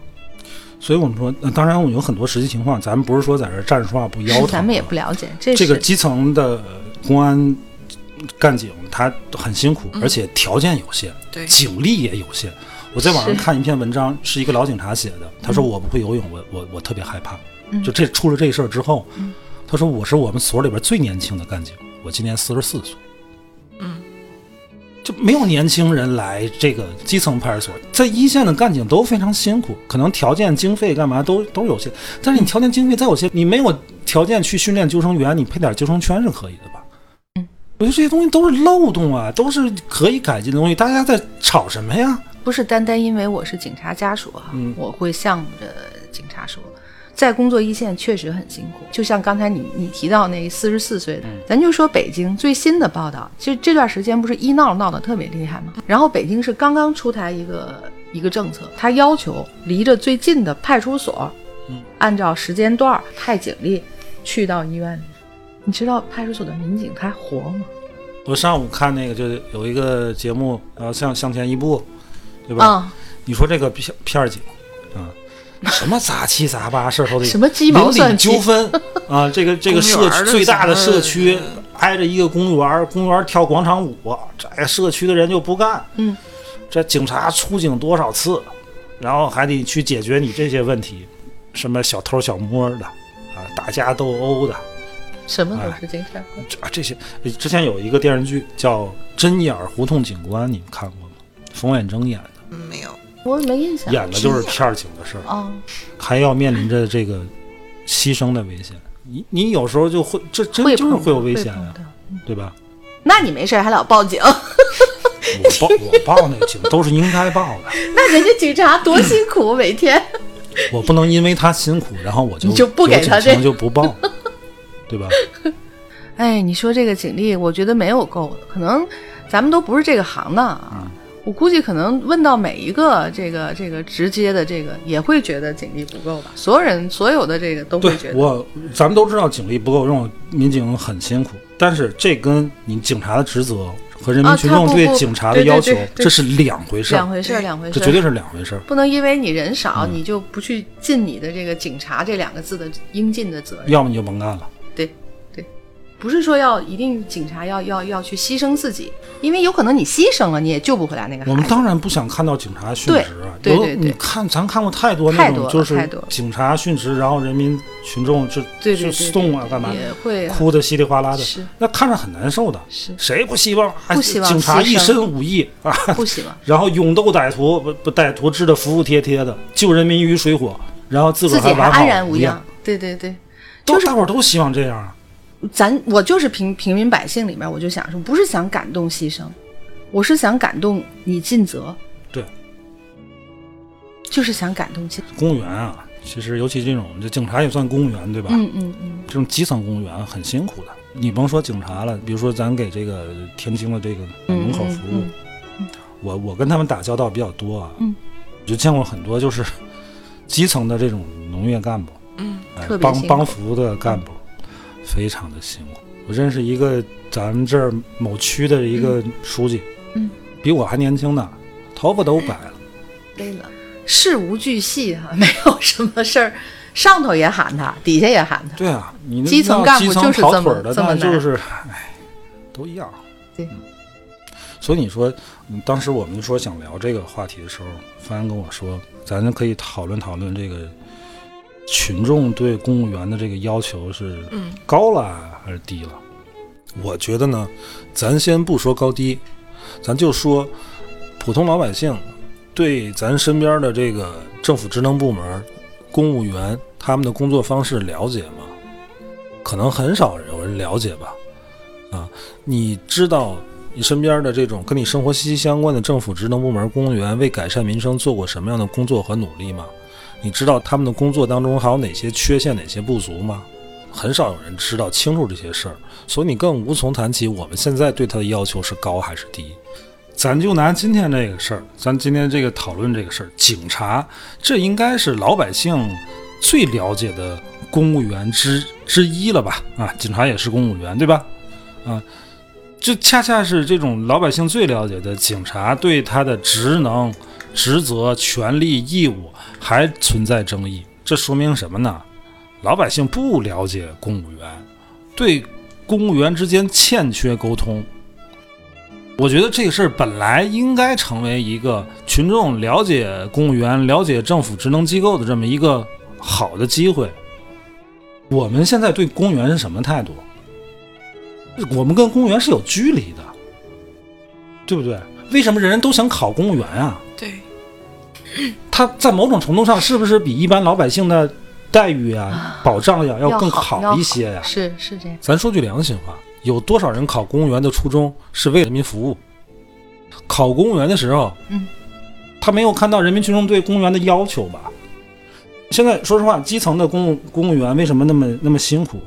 S1: 所以我们说，呃当然我们有很多实际情况，咱们不是说在这儿站着说话不腰
S2: 是
S1: 疼，啊
S2: 咱们也不了解，这
S1: 这
S2: 是
S1: 个基层的呃公安干警他很辛苦，
S2: 嗯
S1: 而且条件有限，
S3: 对
S1: 警力也有限。我在网上
S2: 是
S1: 看一篇文章，是一个老警察写的，他说我不会游泳，我我我特别害怕。就这出了这事儿之后，他说我是我们所里边最年轻的干警，我今年四十四岁。
S3: 嗯，
S1: 就没有年轻人来这个基层派出所，在一线的干警都非常辛苦，可能条件、经费干嘛都都有限，但是你条件经费再有限，你没有条件去训练救生员，你配点救生圈是可以的吧？我觉得这些东西都是漏洞啊，都是可以改进的东西。大家在吵什么呀？
S2: 不是单单因为我是警察家属哈、
S1: 嗯
S2: 我会向着警察说，在工作一线确实很辛苦。就像刚才你你提到那四十四岁的，
S1: 嗯
S2: 咱就说北京最新的报道，就这段时间不是医闹闹得特别厉害吗？然后北京是刚刚出台一个一个政策，它要求离着最近的派出所，
S1: 嗯
S2: 按照时间段儿派警力去到医院里。你知道派出所的民警还活吗？
S1: 我上午看那个，就是有一个节目，呃，向向前一步，对吧？
S2: 啊、
S1: 你说这个片片儿警啊，什么杂七杂八事儿都得
S2: 什么鸡毛蒜皮
S1: 邻里纠纷啊，这个这个社
S3: 公园儿
S1: 区
S3: 的
S1: 最大的社区
S3: 什么
S1: 挨着一个公园儿，公园儿跳广场舞，这社区的人就不干。
S2: 嗯，
S1: 这警察出警多少次，然后还得去解决你这些问题，什么小偷小摸的啊，打架斗殴的。
S2: 什么
S1: 哎
S2: 都是警察。
S1: 这啊，这些之前有一个电视剧叫《针眼儿胡同警官》，你们看过吗？冯远征演的，
S3: 嗯没有，
S2: 我没印象。
S1: 演的就是片儿警的事儿。
S2: 啊、
S1: 还要面临着这个牺牲的危险。你你有时候就会，这真
S2: 会
S1: 就是
S2: 碰
S1: 会有危
S2: 会
S1: 险啊
S2: 碰
S1: 呀、
S2: 到
S1: 对吧？
S2: 那你没事儿还老报 (laughs) 警，
S1: 我报我报那个警都是应该报的，
S2: 那人家警察多辛苦，每天。
S1: 我不能因为他辛苦，然后我就
S2: 你就不给他
S1: 有
S2: 这
S1: 警情就不报，对吧？
S2: (laughs) 哎，你说这个警力，我觉得没有够的，可能咱们都不是这个行当啊。我估计可能问到每一个这个这个直接的这个，也会觉得警力不够吧？所有人所有的这个都会
S1: 对
S2: 觉得，
S1: 我，咱们都知道警力不够用，民警很辛苦，但是这跟你警察的职责和人民
S2: 啊
S1: 群
S2: 他
S1: 众
S2: 不
S1: 对
S2: 不
S1: 警察的
S2: 对对
S1: 要
S2: 对
S1: 求，
S2: 对
S1: 这是两回事儿
S2: 两，回事儿，两回事
S1: 这
S2: 儿，
S1: 绝对是两回事儿。
S2: 不能因为你人少，你就不去尽你的这个警察这两个字的应尽的责任。
S1: 要么你就甭干了。
S2: 对对，不是说要一定警察要要要去牺牲自己，因为有可能你牺牲了，你也救不回来那个孩子。
S1: 我们当然不想看到警察殉职啊！
S2: 哎对对
S1: 有
S2: 对对
S1: 你看，咱看过太多那
S2: 太多
S1: 种，
S2: 了
S1: 就是
S2: 太多了
S1: 警察殉职，然后人民群众就
S2: 对对
S1: 就
S2: 对
S1: 送啊，干嘛
S2: 也会啊
S1: 哭的稀里哗啦的
S2: 是，
S1: 那看着很难受的。
S2: 是
S1: 谁不希望啊？
S2: 不希望
S1: 警察
S2: 牺牲
S1: 一身武艺啊， (laughs)
S2: 不喜欢
S1: 然后勇斗歹徒，不不歹徒治的服服帖帖的，救人民于水火，然后自个
S2: 自
S1: 儿
S2: 己还
S1: 完好
S2: 安然无
S1: 恙
S2: 恙。。对对对，
S1: 都大伙儿都希望这样啊。
S2: 咱我就是平平民百姓里面，我就想说，不是想感动牺牲，我是想感动你尽责，
S1: 对，
S2: 就是想感动尽。
S1: 公务员啊，其实尤其这种，这警察也算公务员对吧？
S2: 嗯嗯嗯，
S1: 这种基层公务员很辛苦的。你甭说警察了，比如说咱给这个天津的这个门口服务，
S2: 嗯嗯
S1: 我我跟他们打交道比较多啊，
S2: 嗯
S1: 我就见过很多就是基层的这种农业干部，
S3: 嗯
S1: 哎
S2: 特别
S1: 帮
S2: 辛苦
S1: 帮扶的干部，非常的辛苦。我认识一个咱们这儿某区的一个书记，
S2: 嗯
S1: 比我还年轻呢，头发都白了。
S2: 累了，事无巨细哈、 (laughs) 没有什么事儿，上头也喊他，底下也喊他。
S1: 对啊，你那
S2: 基层
S1: 那
S2: 干部
S1: 基层
S2: 就是
S1: 跑
S2: 这么
S1: 腿儿的，
S2: 这么
S1: 那就
S2: 难
S1: 是，哎，都一样。
S2: 对
S1: 嗯所以你说，嗯当时我们说想聊这个话题的时候，方安跟我说，咱就可以讨论讨论这个群众对公务员的这个要求是
S3: 嗯
S1: 高了还是低了。我觉得呢，咱先不说高低，咱就说普通老百姓对咱身边的这个政府职能部门、公务员他们的工作方式了解吗？可能很少有人了解吧。啊，你知道你身边的这种跟你生活息息相关的政府职能部门、公务员为改善民生做过什么样的工作和努力吗？你知道他们的工作当中还有哪些缺陷、哪些不足吗？很少有人知道清楚这些事儿，所以你更无从谈起我们现在对他的要求是高还是低。咱就拿今天这个事儿，咱今天这个讨论这个事儿，警察这应该是老百姓最了解的公务员之之一了吧？啊，警察也是公务员，对吧？啊，这恰恰是这种老百姓最了解的，警察对他的职能、职责、权利、义务还存在争议，这说明什么呢？老百姓不了解公务员，对公务员之间欠缺沟通。我觉得这个事儿本来应该成为一个群众了解公务员、了解政府职能机构的这么一个好的机会。我们现在对公务员是什么态度？我们跟公务员是有距离的，对不对？为什么人人都想考公务员啊？
S3: 对，
S1: 他在某种程度上是不是比一般老百姓的待遇啊、保障呀、
S7: 要
S1: 更
S7: 好要
S1: 一些呀、
S2: 是是这样，
S1: 咱说句良心话，有多少人考公务员的初衷是为人民服务？考公务员的时候，
S2: 嗯，
S1: 他没有看到人民群众对公务员的要求吧？现在说实话，基层的公务公务员为什么那么那么辛苦？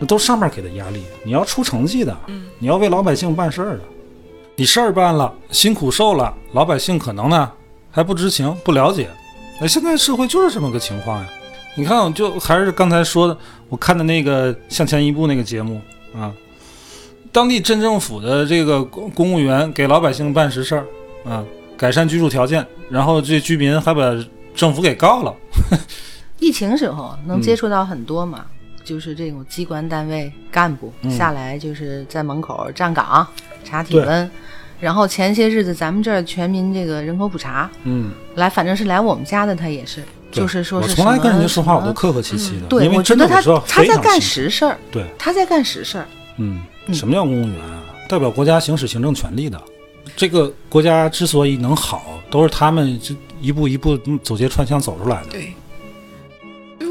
S1: 那都是上面给的压力，你要出成绩的，你要为老百姓办事儿的，你事儿办了，辛苦受了，老百姓可能呢还不知情、不了解。那现在社会就是这么个情况呀。你看，我就还是刚才说的，我看的那个《向前一步》那个节目啊，当地镇政府的这个公公务员给老百姓办实事儿啊，改善居住条件，然后这居民还把政府给告了。
S2: 疫情时候能
S1: 嗯
S2: 接触到很多嘛，就是这种机关单位干部、
S1: 嗯
S2: 下来，就是在门口站岗查体温，然后前些日子咱们这儿全民这个人口普查，
S1: 嗯，
S2: 来反正是来我们家的，他也是，
S1: 对
S2: 就是说
S1: 我
S2: 是
S1: 从来
S2: 什么
S1: 跟人家说话我都
S2: 什么嗯
S1: 客客气气的，
S2: 对，
S1: 因为
S2: 我觉
S1: 真
S2: 得
S1: 的
S2: 他
S1: 我知道
S2: 他
S1: 非
S2: 在
S1: 常
S2: 干
S1: 辛苦
S2: 实事儿，
S1: 对，
S2: 他在干实事儿，
S1: 嗯，
S2: 嗯
S1: 什么叫公务员啊？代表国家行使行政权力的。这个国家之所以能好，都是他们这一步一步走街串巷走出来的。
S3: 对，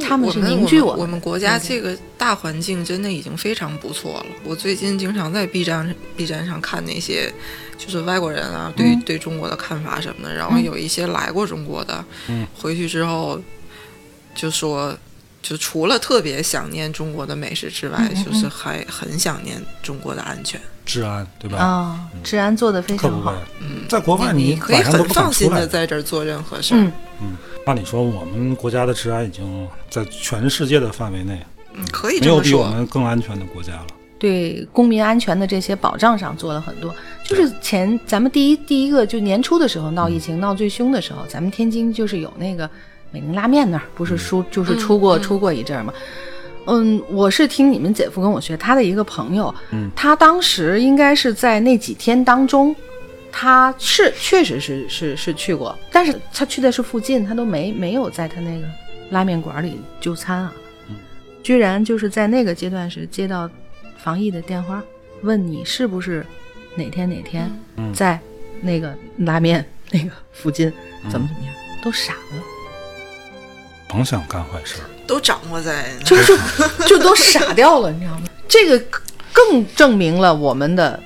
S2: 他们
S3: 嗯我
S2: 是凝聚
S3: 我
S2: 我
S3: 们
S2: 们
S3: 们国家
S1: 嗯
S3: 这个大环境真的已经非常不错了。我最近经常在 B 站 B 站上看那些，就是外国人啊，对、
S1: 嗯
S3: 对中国的看法什么的。然后有一些来过中国的，
S1: 嗯
S3: 回去之后就说，就除了特别想念中国的美食之外，
S1: 嗯
S3: 就是还很想念中国的安全。
S1: 治安，对吧？嗯
S2: 啊，治安做得非
S1: 可
S2: 常
S1: 不呗
S2: 好，。
S3: 嗯，
S1: 在国外
S3: 你可以
S1: 晚上都
S3: 很
S1: 不敢
S3: 放
S1: 出
S3: 心
S1: 来
S3: 的。在这儿做任何事儿。
S2: 嗯，
S1: 按理说，我们国家的治安已经在全世界的范围内，
S3: 嗯，可以
S1: 没
S3: 这
S1: 有
S3: 么
S1: 比我
S3: 说。
S1: 们更安全的国家了。
S2: 对公民安全的这些保障上做了很多。就是前咱们第一第一个就年初的时候闹疫情闹最凶的时候，咱们天津就是有那个美玲拉面那儿不是出就是出过、
S3: 嗯
S2: 出过一阵儿嘛。嗯，我是听你们姐夫跟我学，他的一个朋友，
S1: 嗯
S2: 他当时应该是在那几天当中，他是确实是是是去过，但是他去的是附近，他都没没有在他那个拉面馆里就餐啊，居然就是在那个阶段是接到防疫的电话，问你是不是哪天哪天
S1: 嗯
S2: 在那个拉面 (laughs) 那个附近
S1: 嗯
S2: 怎么怎么样，都傻了，
S1: 甭想干坏事儿，
S3: 都掌握在
S2: 就就
S1: (laughs)
S2: 就都傻掉了，你知道吗？这个更更证明了我们的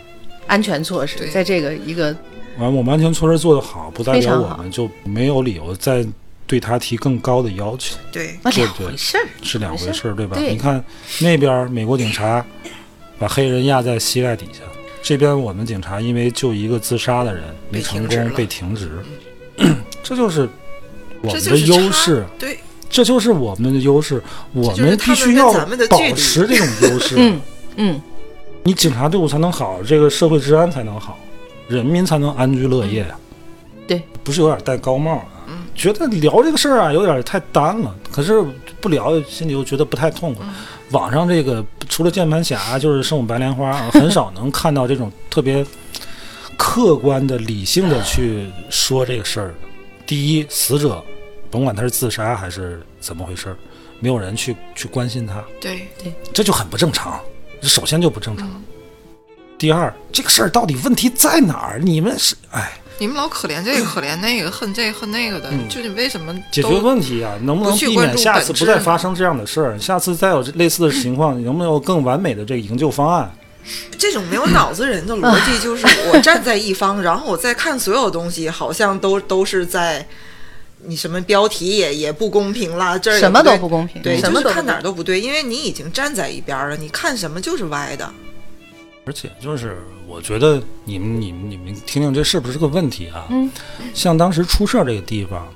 S2: 安全措施
S3: 对
S2: 在这个一个
S1: 完我们安全措施做得好，不代
S2: 非
S1: 表
S2: 常
S1: 我
S2: 好
S1: 们就没有理由再对他提更高的要求。
S3: 对，
S2: 啊
S1: 对
S2: 两
S1: 对
S2: 回事儿。
S1: 是两回事儿，对吧？
S2: 对
S1: 你看那边儿美国警察把黑人压在膝盖底下，这边我们警察因为救一个自杀的人没
S3: 被停
S1: 成功
S3: 职了
S1: 被停职， (clears throat) 这就是
S3: 这
S1: 我们
S3: 就
S1: 的
S3: 是
S1: 优
S3: 差
S1: 势，
S3: 对，
S1: 这就是我们的优势，我
S3: 这就是他
S1: 必
S3: 们
S1: 须
S3: 跟
S1: 要
S3: 咱们的
S1: 保
S3: 距离
S1: 持这种优势。
S2: 嗯嗯，
S1: 你警察队伍才能好，这个社会治安才能好，人民才能安居乐业呀、
S2: 对，
S1: 不是有点戴高帽啊？觉得聊这个事儿啊，有点太单了。可是不聊，心里又觉得不太痛快。网上这个除了键盘侠，就是圣母白莲花啊，很少能看到这种特别客观的、理性的去说这个事儿的。第一，死者，甭管他是自杀还是怎么回事儿，没有人去去关心他。
S3: 对，
S1: 这就很不正常，这首先就不正常。
S3: 嗯
S1: 第二，这个事儿到底问题在哪儿？你们是哎，
S3: 你们老可怜这个可怜那个，恨这恨那个的，就是你为什么
S1: 嗯解决
S3: 都
S2: (laughs)
S1: 问题啊，能不能
S3: 不去
S1: 避
S3: 关
S1: 免
S3: 注
S1: 下
S3: 本
S1: 次不
S3: 质
S1: 再
S3: 呢
S1: 发生这样的事儿？下次再有这类似的
S3: (laughs)
S1: 情况，你能不能有更完美的这个营救方案？
S3: 这种没有脑子人的逻辑，就是我站在一方，然后我再看所有东西，好像都都是在
S4: 你什么标题也也不公平了，这儿也
S2: 什么
S4: 对
S2: 都不公平，
S4: 对，
S2: 什
S4: 就
S2: 么都
S4: 是
S2: 不
S4: 看
S2: 公
S4: 哪
S2: 平
S4: 儿都不对，因为你已经站在一边儿了，你看什么就是歪的。
S1: 而且就是我觉得你们你们你们听听这是不是个问题啊？
S2: 嗯，
S1: 像当时出事儿这个地方，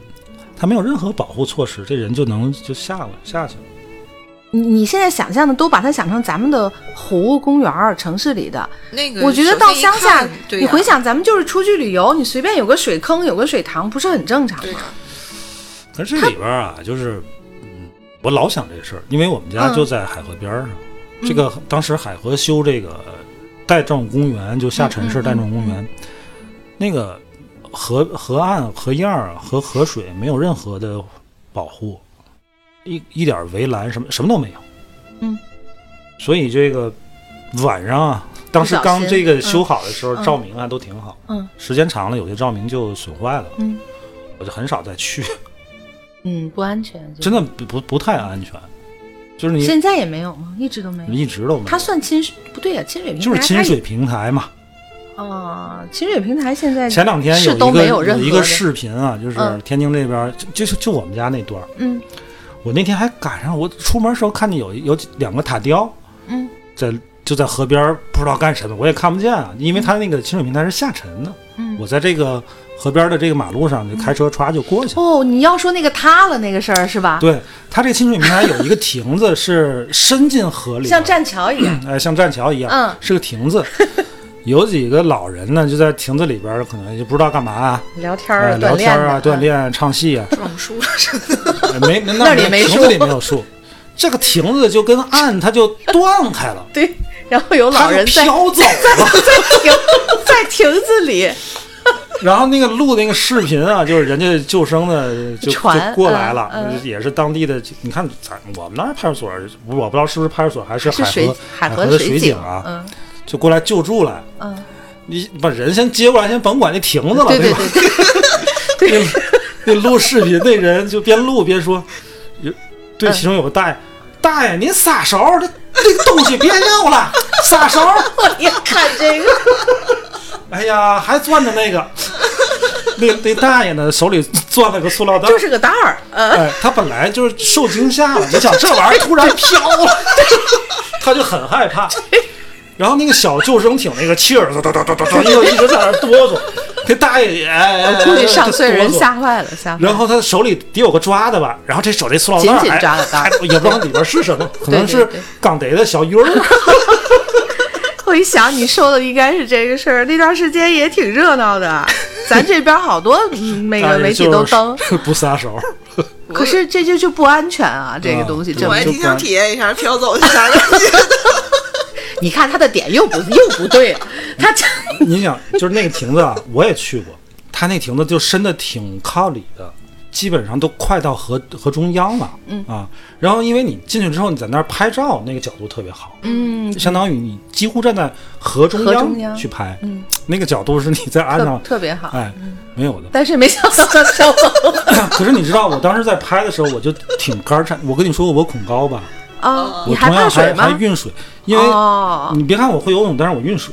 S1: 他没有任何保护措施，这人就能就下了下去了。
S2: 你你现在想象的都把它想成咱们的湖、公园儿、城市里的。
S3: 那个
S2: 我觉得
S3: 首
S2: 到
S3: 先一
S2: 乡下
S3: 看，对
S2: 你
S3: 呀
S2: 回想咱们就是出去旅游，你随便有个水坑、有个水塘，不是很正常
S3: 对
S2: 吗
S3: 呀？
S1: 可是这里边儿啊，就是嗯，我老想这事儿，因为我们家
S2: 嗯
S1: 就在海河边儿上。这个当时海河修这个代政公园，就
S2: 嗯
S1: 下沉市代政公园，那个河河岸、河沿儿啊和河水没有任何的保护，一一点儿围栏什么什么都没有。
S2: 嗯，
S1: 所以这个晚上啊，当时
S2: 不小
S1: 刚
S2: 心
S1: 这个
S2: 嗯
S1: 修好的时候，
S2: 嗯
S1: 照明啊都挺好。
S2: 嗯，
S1: 时间长了，有些照明就损坏了。
S2: 嗯，
S1: 我就很少再去。
S2: 嗯，不安全，
S1: 真的不不不太安全，就是
S2: 就。
S1: 你
S2: 现在也没有吗？一直都没有。
S1: 一直都没
S2: 它
S1: 有，
S2: 算亲水不对呀、亲水平台
S1: 就是
S2: 它
S1: 亲
S2: 也
S1: 水平台嘛。
S2: 啊，清水平台现在
S1: 前两天
S2: 呃是
S1: 一
S2: 都
S1: 个
S2: 没有任何
S1: 一个
S2: 的
S1: 视频啊，就是
S2: 嗯
S1: 天津这边，就就就我们家那段儿，
S2: 嗯
S1: 我那天还赶上，我出门时候看见有有几两个塔吊
S2: 嗯
S1: 在就在河边儿，不知道干什么，我也看不见啊，因为它那个清水平台是下沉的，
S2: 嗯
S1: 我在这个河边的这个马路上就开车歘就过去了。
S2: 哦，你要说那个塌了那个事儿是吧？
S1: 对，它这清水平台有一个亭子是伸进河里，
S2: 像栈桥一样，
S1: 哎，像栈桥一样，
S2: 嗯
S1: 是个亭子。有几个老人呢，就在亭子里边儿，可能就不知道干嘛啊，
S2: 聊天
S1: 呃
S2: 儿、
S1: 聊
S2: 锻
S1: 天
S2: 炼
S1: 儿啊、
S2: 的嗯
S1: 锻。炼、唱戏啊，
S3: 撞树了，真的
S1: 哎没那
S2: (laughs) 那里没
S1: 亭
S2: 树
S1: 子里没有树，这个亭子就跟岸它就断开了，
S2: 对，然后有 (laughs) 老
S1: 它就
S2: 人在
S1: 飘走了。 (laughs)
S2: 在亭在亭子里，
S1: 然后那个录那个视频啊，就是人家救生的就就
S2: 船
S1: 过来了，
S2: 嗯嗯
S1: 也是当地的。你看咱我们那儿派出所，我不知道是不是派出所还是海
S2: 是
S1: 河
S2: 水
S1: 海
S2: 河
S1: 的
S2: 水
S1: 井
S2: 井
S1: 啊，
S2: 嗯
S1: 就过来救助来。
S2: 嗯，
S1: 你把人先接过来，先甭管那亭子了，
S2: 对对
S1: 吧？
S2: 对，
S1: (laughs) 那录视频那人就边录边说，有对，
S2: 嗯
S1: 其中有个大爷，大爷您撒手，这这个东西别要了， (laughs) 撒手。
S2: 我也看这个，
S1: 哎呀，还攥着那个，那那大爷呢手里攥了个塑料袋儿，
S2: 就是个袋儿，嗯，
S1: 哎，他本来就是受惊吓了，你想这玩意儿突然飘了，他就很害怕。然后那个小救生艇那个气儿，哒哒哒哒哒哒，又一直在那儿哆嗦。那大爷也，哎哎哎
S2: 估计上
S1: 哆
S2: 岁人
S1: 嗦
S2: 吓坏了，吓坏了。
S1: 然后他手里得有个抓的吧，然后这手这塑料袋儿
S2: 紧紧抓
S1: 哎
S2: 着袋儿
S1: 哎也不知道里边是什么，可能
S2: 对对
S1: 是
S2: 对
S1: 刚逮的小鱼儿。
S2: 我一想，你说的应该是这个事儿。那段时间也挺热
S1: (laughs)
S2: 闹的，咱这边好多嗯那个
S1: 但
S2: 媒
S1: 是
S2: 体
S1: 哎就
S2: 都
S1: 是
S2: 登，
S1: 不撒手。
S2: 可是这就就不安全啊！这个东西真
S4: 我
S2: 的
S4: 还
S1: 就
S4: 挺
S1: 不然
S4: 想体验一下飘走是啥感觉。
S2: (laughs) 你看他的点又不又不对了，他这
S1: 你想，就是那个亭子啊，我也去过，它那亭子就伸的挺靠里的，基本上都快到河河中央了。嗯啊，然后因为你进去之后，你在那儿拍照，那个角度特别好，
S2: 嗯，
S1: 相当于你几乎站在河中
S2: 河中央
S1: 去拍，嗯，那个角度是你在岸
S2: 特嗯
S1: 上，
S2: 特别好。
S1: 哎，没有的。 (coughs)
S2: 但是没想到他这
S1: (laughs)
S2: 么
S1: 可是你知道，我当时在拍的时候，我就挺肝儿颤。我跟你说，我恐高吧，
S2: 啊，
S1: 哦我
S2: 你
S1: 同
S2: 怕
S1: 样
S2: 水
S1: 还还
S2: 吗？
S1: 晕水，因为
S2: 哦，
S1: 你别看我会游泳，但是我晕水。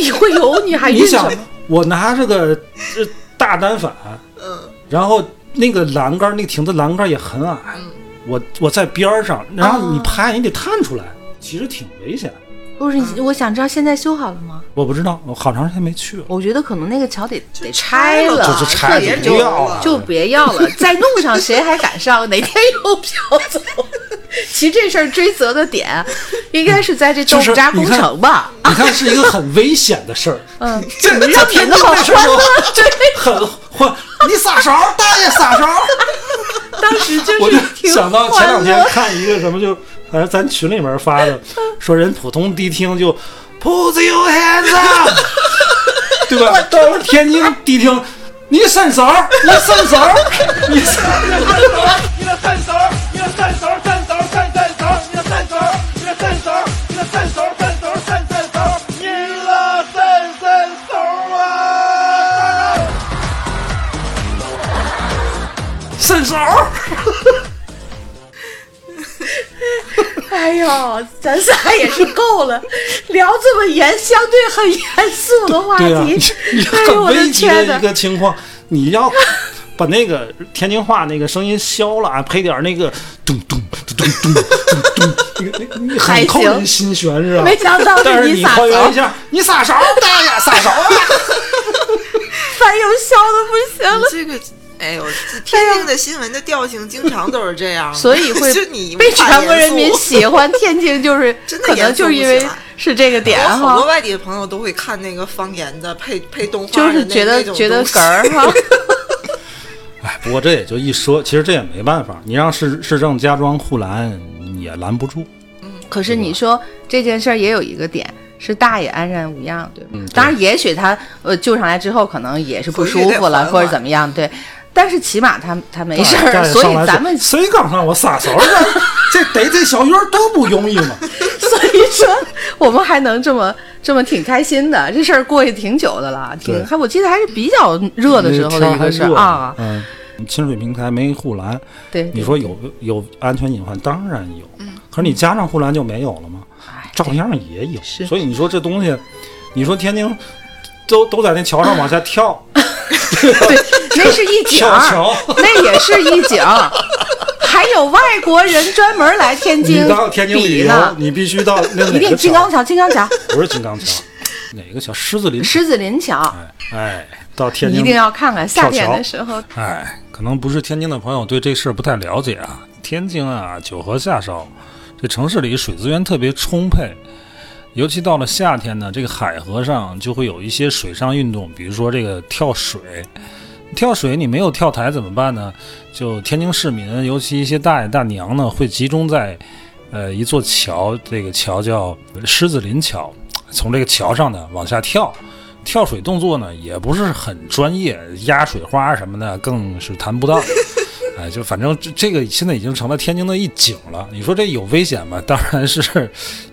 S2: 你会游，你还
S1: 你
S2: 哎晕什
S1: 想
S2: 么？，
S1: 我拿这个这大单反，嗯，然后那个栏杆，那个亭子栏杆也很矮，
S2: 嗯
S1: 我我在边儿上，然后
S2: 啊
S1: 你拍，你得探出来，其实挺危险。
S2: 不是，你我想知道现在修好了吗？
S1: 我不知道，我好长时间没去了。
S2: 我觉得可能那个桥得得
S4: 拆了
S2: 了，
S1: 就是拆
S2: 特别
S1: 不要了
S2: 就别要
S3: (laughs)
S2: 了，再弄上谁还敢上？哪天又飘走？其实这事儿追责的点，应该是在这豆腐渣工程吧？
S1: 你看，是一个很危险的事儿。
S2: (laughs) 嗯，
S1: 这你要
S2: 天
S1: 天
S2: 津
S1: 津
S2: 好
S1: 那时
S2: 宽
S1: 候
S2: 了，对，
S1: 很欢，你撒勺，大爷撒勺。
S2: 当时就
S1: 我
S2: 是
S1: 就
S2: 挺
S1: 想到前
S2: 欢
S1: 两天
S2: 乐。
S1: 看一个什么就，反正咱群里面发的，说人普通迪厅就 put your hands up，对吧？到是天津迪厅，你伸手儿，你伸手儿，你伸
S8: 你的战手，你的战手，战手，战战手，你的战手，你的战手，你的战手，战手，战战手，你的战战手啊！
S1: 伸手儿。
S2: 哎呦，咱仨也是够了，聊这么严，相对很严肃的话
S1: 对啊，
S2: 题 (laughs)
S1: 你你，
S2: 哎呦
S1: 很
S2: 我的
S1: 危急的
S2: 天
S1: 一
S2: 哪！ (laughs)
S1: 个情况，你要把那个天津话那个声音消了，啊，配点儿那个咚咚咚咚咚咚 (laughs) 咚，那个那个很扣人心弦是吧？
S7: 没想到
S1: 但是
S7: 你
S1: 你
S7: 撒
S1: 还原
S7: 娇
S1: 一，下，你撒勺，大爷撒勺啊！
S7: 反应笑的不行了。
S3: 这个，哎呦，这天津的新闻的调性经常都是这样，
S2: 所以会
S3: (laughs) 就你无
S2: 被
S3: 法
S2: 全国
S3: 严
S2: 人民
S3: 肃
S2: 喜欢。天津就是
S3: 真的
S2: 可能
S3: 严肃
S2: 就是
S3: 不
S2: 因
S3: 起
S2: 为
S3: 来
S2: 是这个点
S3: 我好多
S2: 哈，
S3: 外地的朋友都会看那个方言的配配动画
S2: 就
S3: 的那，
S2: 是觉
S3: 那
S2: 得
S3: 种
S2: 觉得
S3: 东西 (laughs)
S2: 哏儿哈。
S1: 哎，不过这也就一说，其实这也没办法，你让市市政加装护栏也拦不住。
S2: 可是你说这件事儿也有一个点。是大爷安然无恙，对吧？
S1: 嗯对
S2: 当然，也许他呃救上来之后，可能也是不舒服
S3: 回去
S2: 了，
S3: 得缓缓
S2: 或者怎么样，对。但是起码他他没事
S1: 大
S2: 儿，
S1: 爷
S2: 所
S1: 上
S2: 以
S1: 来
S2: 咱
S1: 说 (laughs)
S2: 们
S1: 谁敢让我撒勺啊？ (laughs) 这逮这小鱼儿多不容易嘛！
S2: 所以说，我们还能这么这么挺开心的。这事儿过去挺久的了，
S1: 对
S2: 挺还我记得还是比较热的时候的一个事儿啊。
S1: 嗯，清水平台没护栏，
S2: 对，
S1: 你说有有安全隐患，当然有。
S2: 嗯
S1: 可是你加上护栏就没有了吗？照样也有。
S2: 哎是
S1: 所以你说这东西，你说天津都都在那桥上往下跳
S2: 对，那是
S1: (laughs)
S2: 一景
S1: 跳
S2: 儿，
S1: 桥，
S2: 那也是一景儿，还有外国人专门来天
S1: 你
S2: 津
S1: 到天津旅
S2: 比
S1: 游，
S2: 呢，
S1: 你必须到那
S2: 一
S1: 哪
S2: 定
S1: 个
S2: 金
S1: 桥
S2: 刚？桥，金刚桥，
S1: 不是金刚桥，哪个桥？狮子林。
S2: 狮子林桥，
S1: 哎，到天
S2: 你
S1: 津
S2: 一定要看看夏天
S1: 跳桥
S2: 的时候。
S1: 哎，可能不是天津的朋友对这事儿不太了解啊。天津啊，九河下梢，这城市里水资源特别充沛，尤其到了夏天呢，这个海河上就会有一些水上运动，比如说这个跳水。跳水你没有跳台怎么办呢？就天津市民，尤其一些大爷大娘呢，会集中在，呃，一座桥，这个桥叫狮子林桥，从这个桥上呢往下跳。跳水动作呢也不是很专业，压水花什么的更是谈不到。哎，就反正这这个现在已经成了天津的一景了。你说这有危险吗？当然是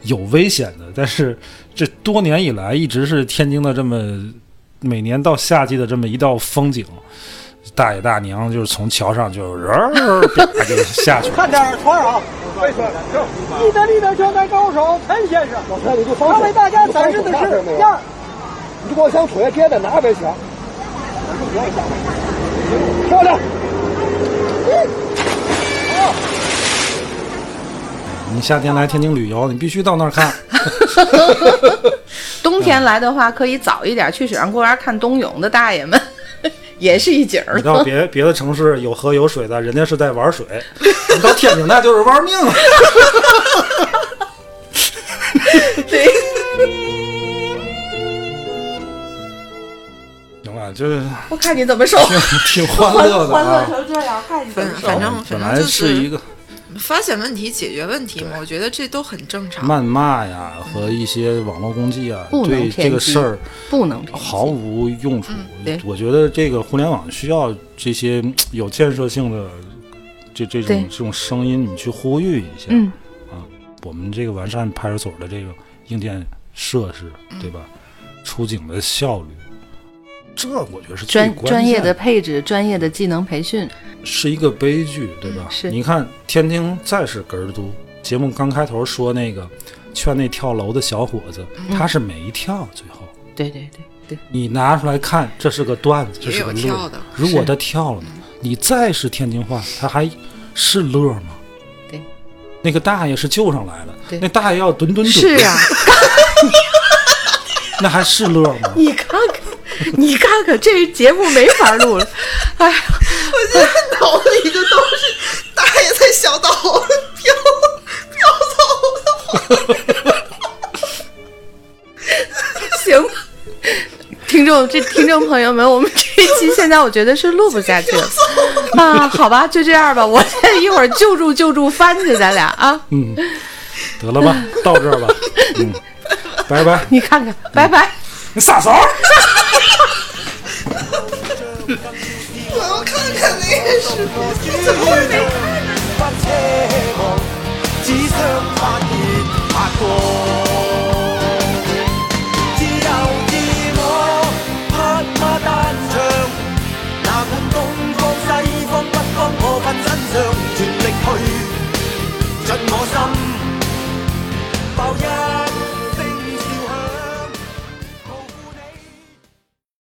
S1: 有危险的，但是这多年以来一直是天津的这么每年到夏季的这么一道风景。大爷大娘就是从桥上就人儿啪就下去了。
S8: 看这儿传啊！意大利的拳台高手陈先生，他为大家展示的是样儿。你给我将腿别在哪边行？漂亮！
S1: 你夏天来天津旅游，你必须到那儿看。
S2: 冬天来的话，可以早一点去水上公园看冬泳的大爷们， (laughs) 也是一景儿
S1: 你。到别别的城市有河有水的，人家是在玩水；你到天津那就是玩命啊！
S2: (laughs) 对。
S1: (laughs) 行吧，就是 (laughs)
S2: 我看你怎么收。
S1: 挺挺欢乐的啊。
S7: 成这样，看你
S3: 反嗯反正
S1: 本
S3: 反
S1: 来
S3: 正就是
S1: 一个
S3: 发现问题、解决问题嘛，我觉得这都很正常。
S1: 谩骂呀和一些网络攻击啊，
S2: 不能
S1: 对
S2: 偏激
S1: 这个事儿
S2: 不能偏激
S1: 毫无用处。
S2: 对
S1: 我觉得这个互联网需要这些嗯有建设性的这这种
S2: 对
S1: 这种声音，你去呼吁一下。
S2: 嗯
S1: 我们这个完善派出所的这个硬件设施，
S2: 嗯
S1: 对吧？出警的效率，这我觉得是最
S2: 专
S1: 关
S2: 专业
S1: 键
S2: 的配置、专业的技能培训，
S1: 是一个悲剧，对吧？
S2: 嗯是
S1: 你看天津再是哏儿都，节目刚开头说那个劝那跳楼的小伙子，
S2: 嗯
S1: 他是没跳，最后
S2: 对对对对，
S1: 你拿出来看，这是个段子，这是个
S3: 也有
S1: 乐
S3: 跳的。
S1: 如果他跳了呢？你再是天津话，他还是乐吗？
S2: 对，
S1: 那个大爷是救上来了
S2: 对，
S1: 那大爷要蹲蹲蹲，
S2: 是啊，
S1: 那还是乐吗？
S2: 你看看，你看看，这节目没法录了，哎呀，
S3: 脑子里就都是大爷在小岛飘飘走的话。
S2: 行。听众，这听众朋友们，我们这一期现在我觉得是录不下去了啊，好吧，就这样吧，我这一会儿救助救助翻去，咱俩啊，
S1: 嗯，得了吧，到这儿吧，嗯，拜拜，
S2: 你看看，拜拜。
S1: 你撒勺。
S3: 我要看看那个是不是怎么会没看见。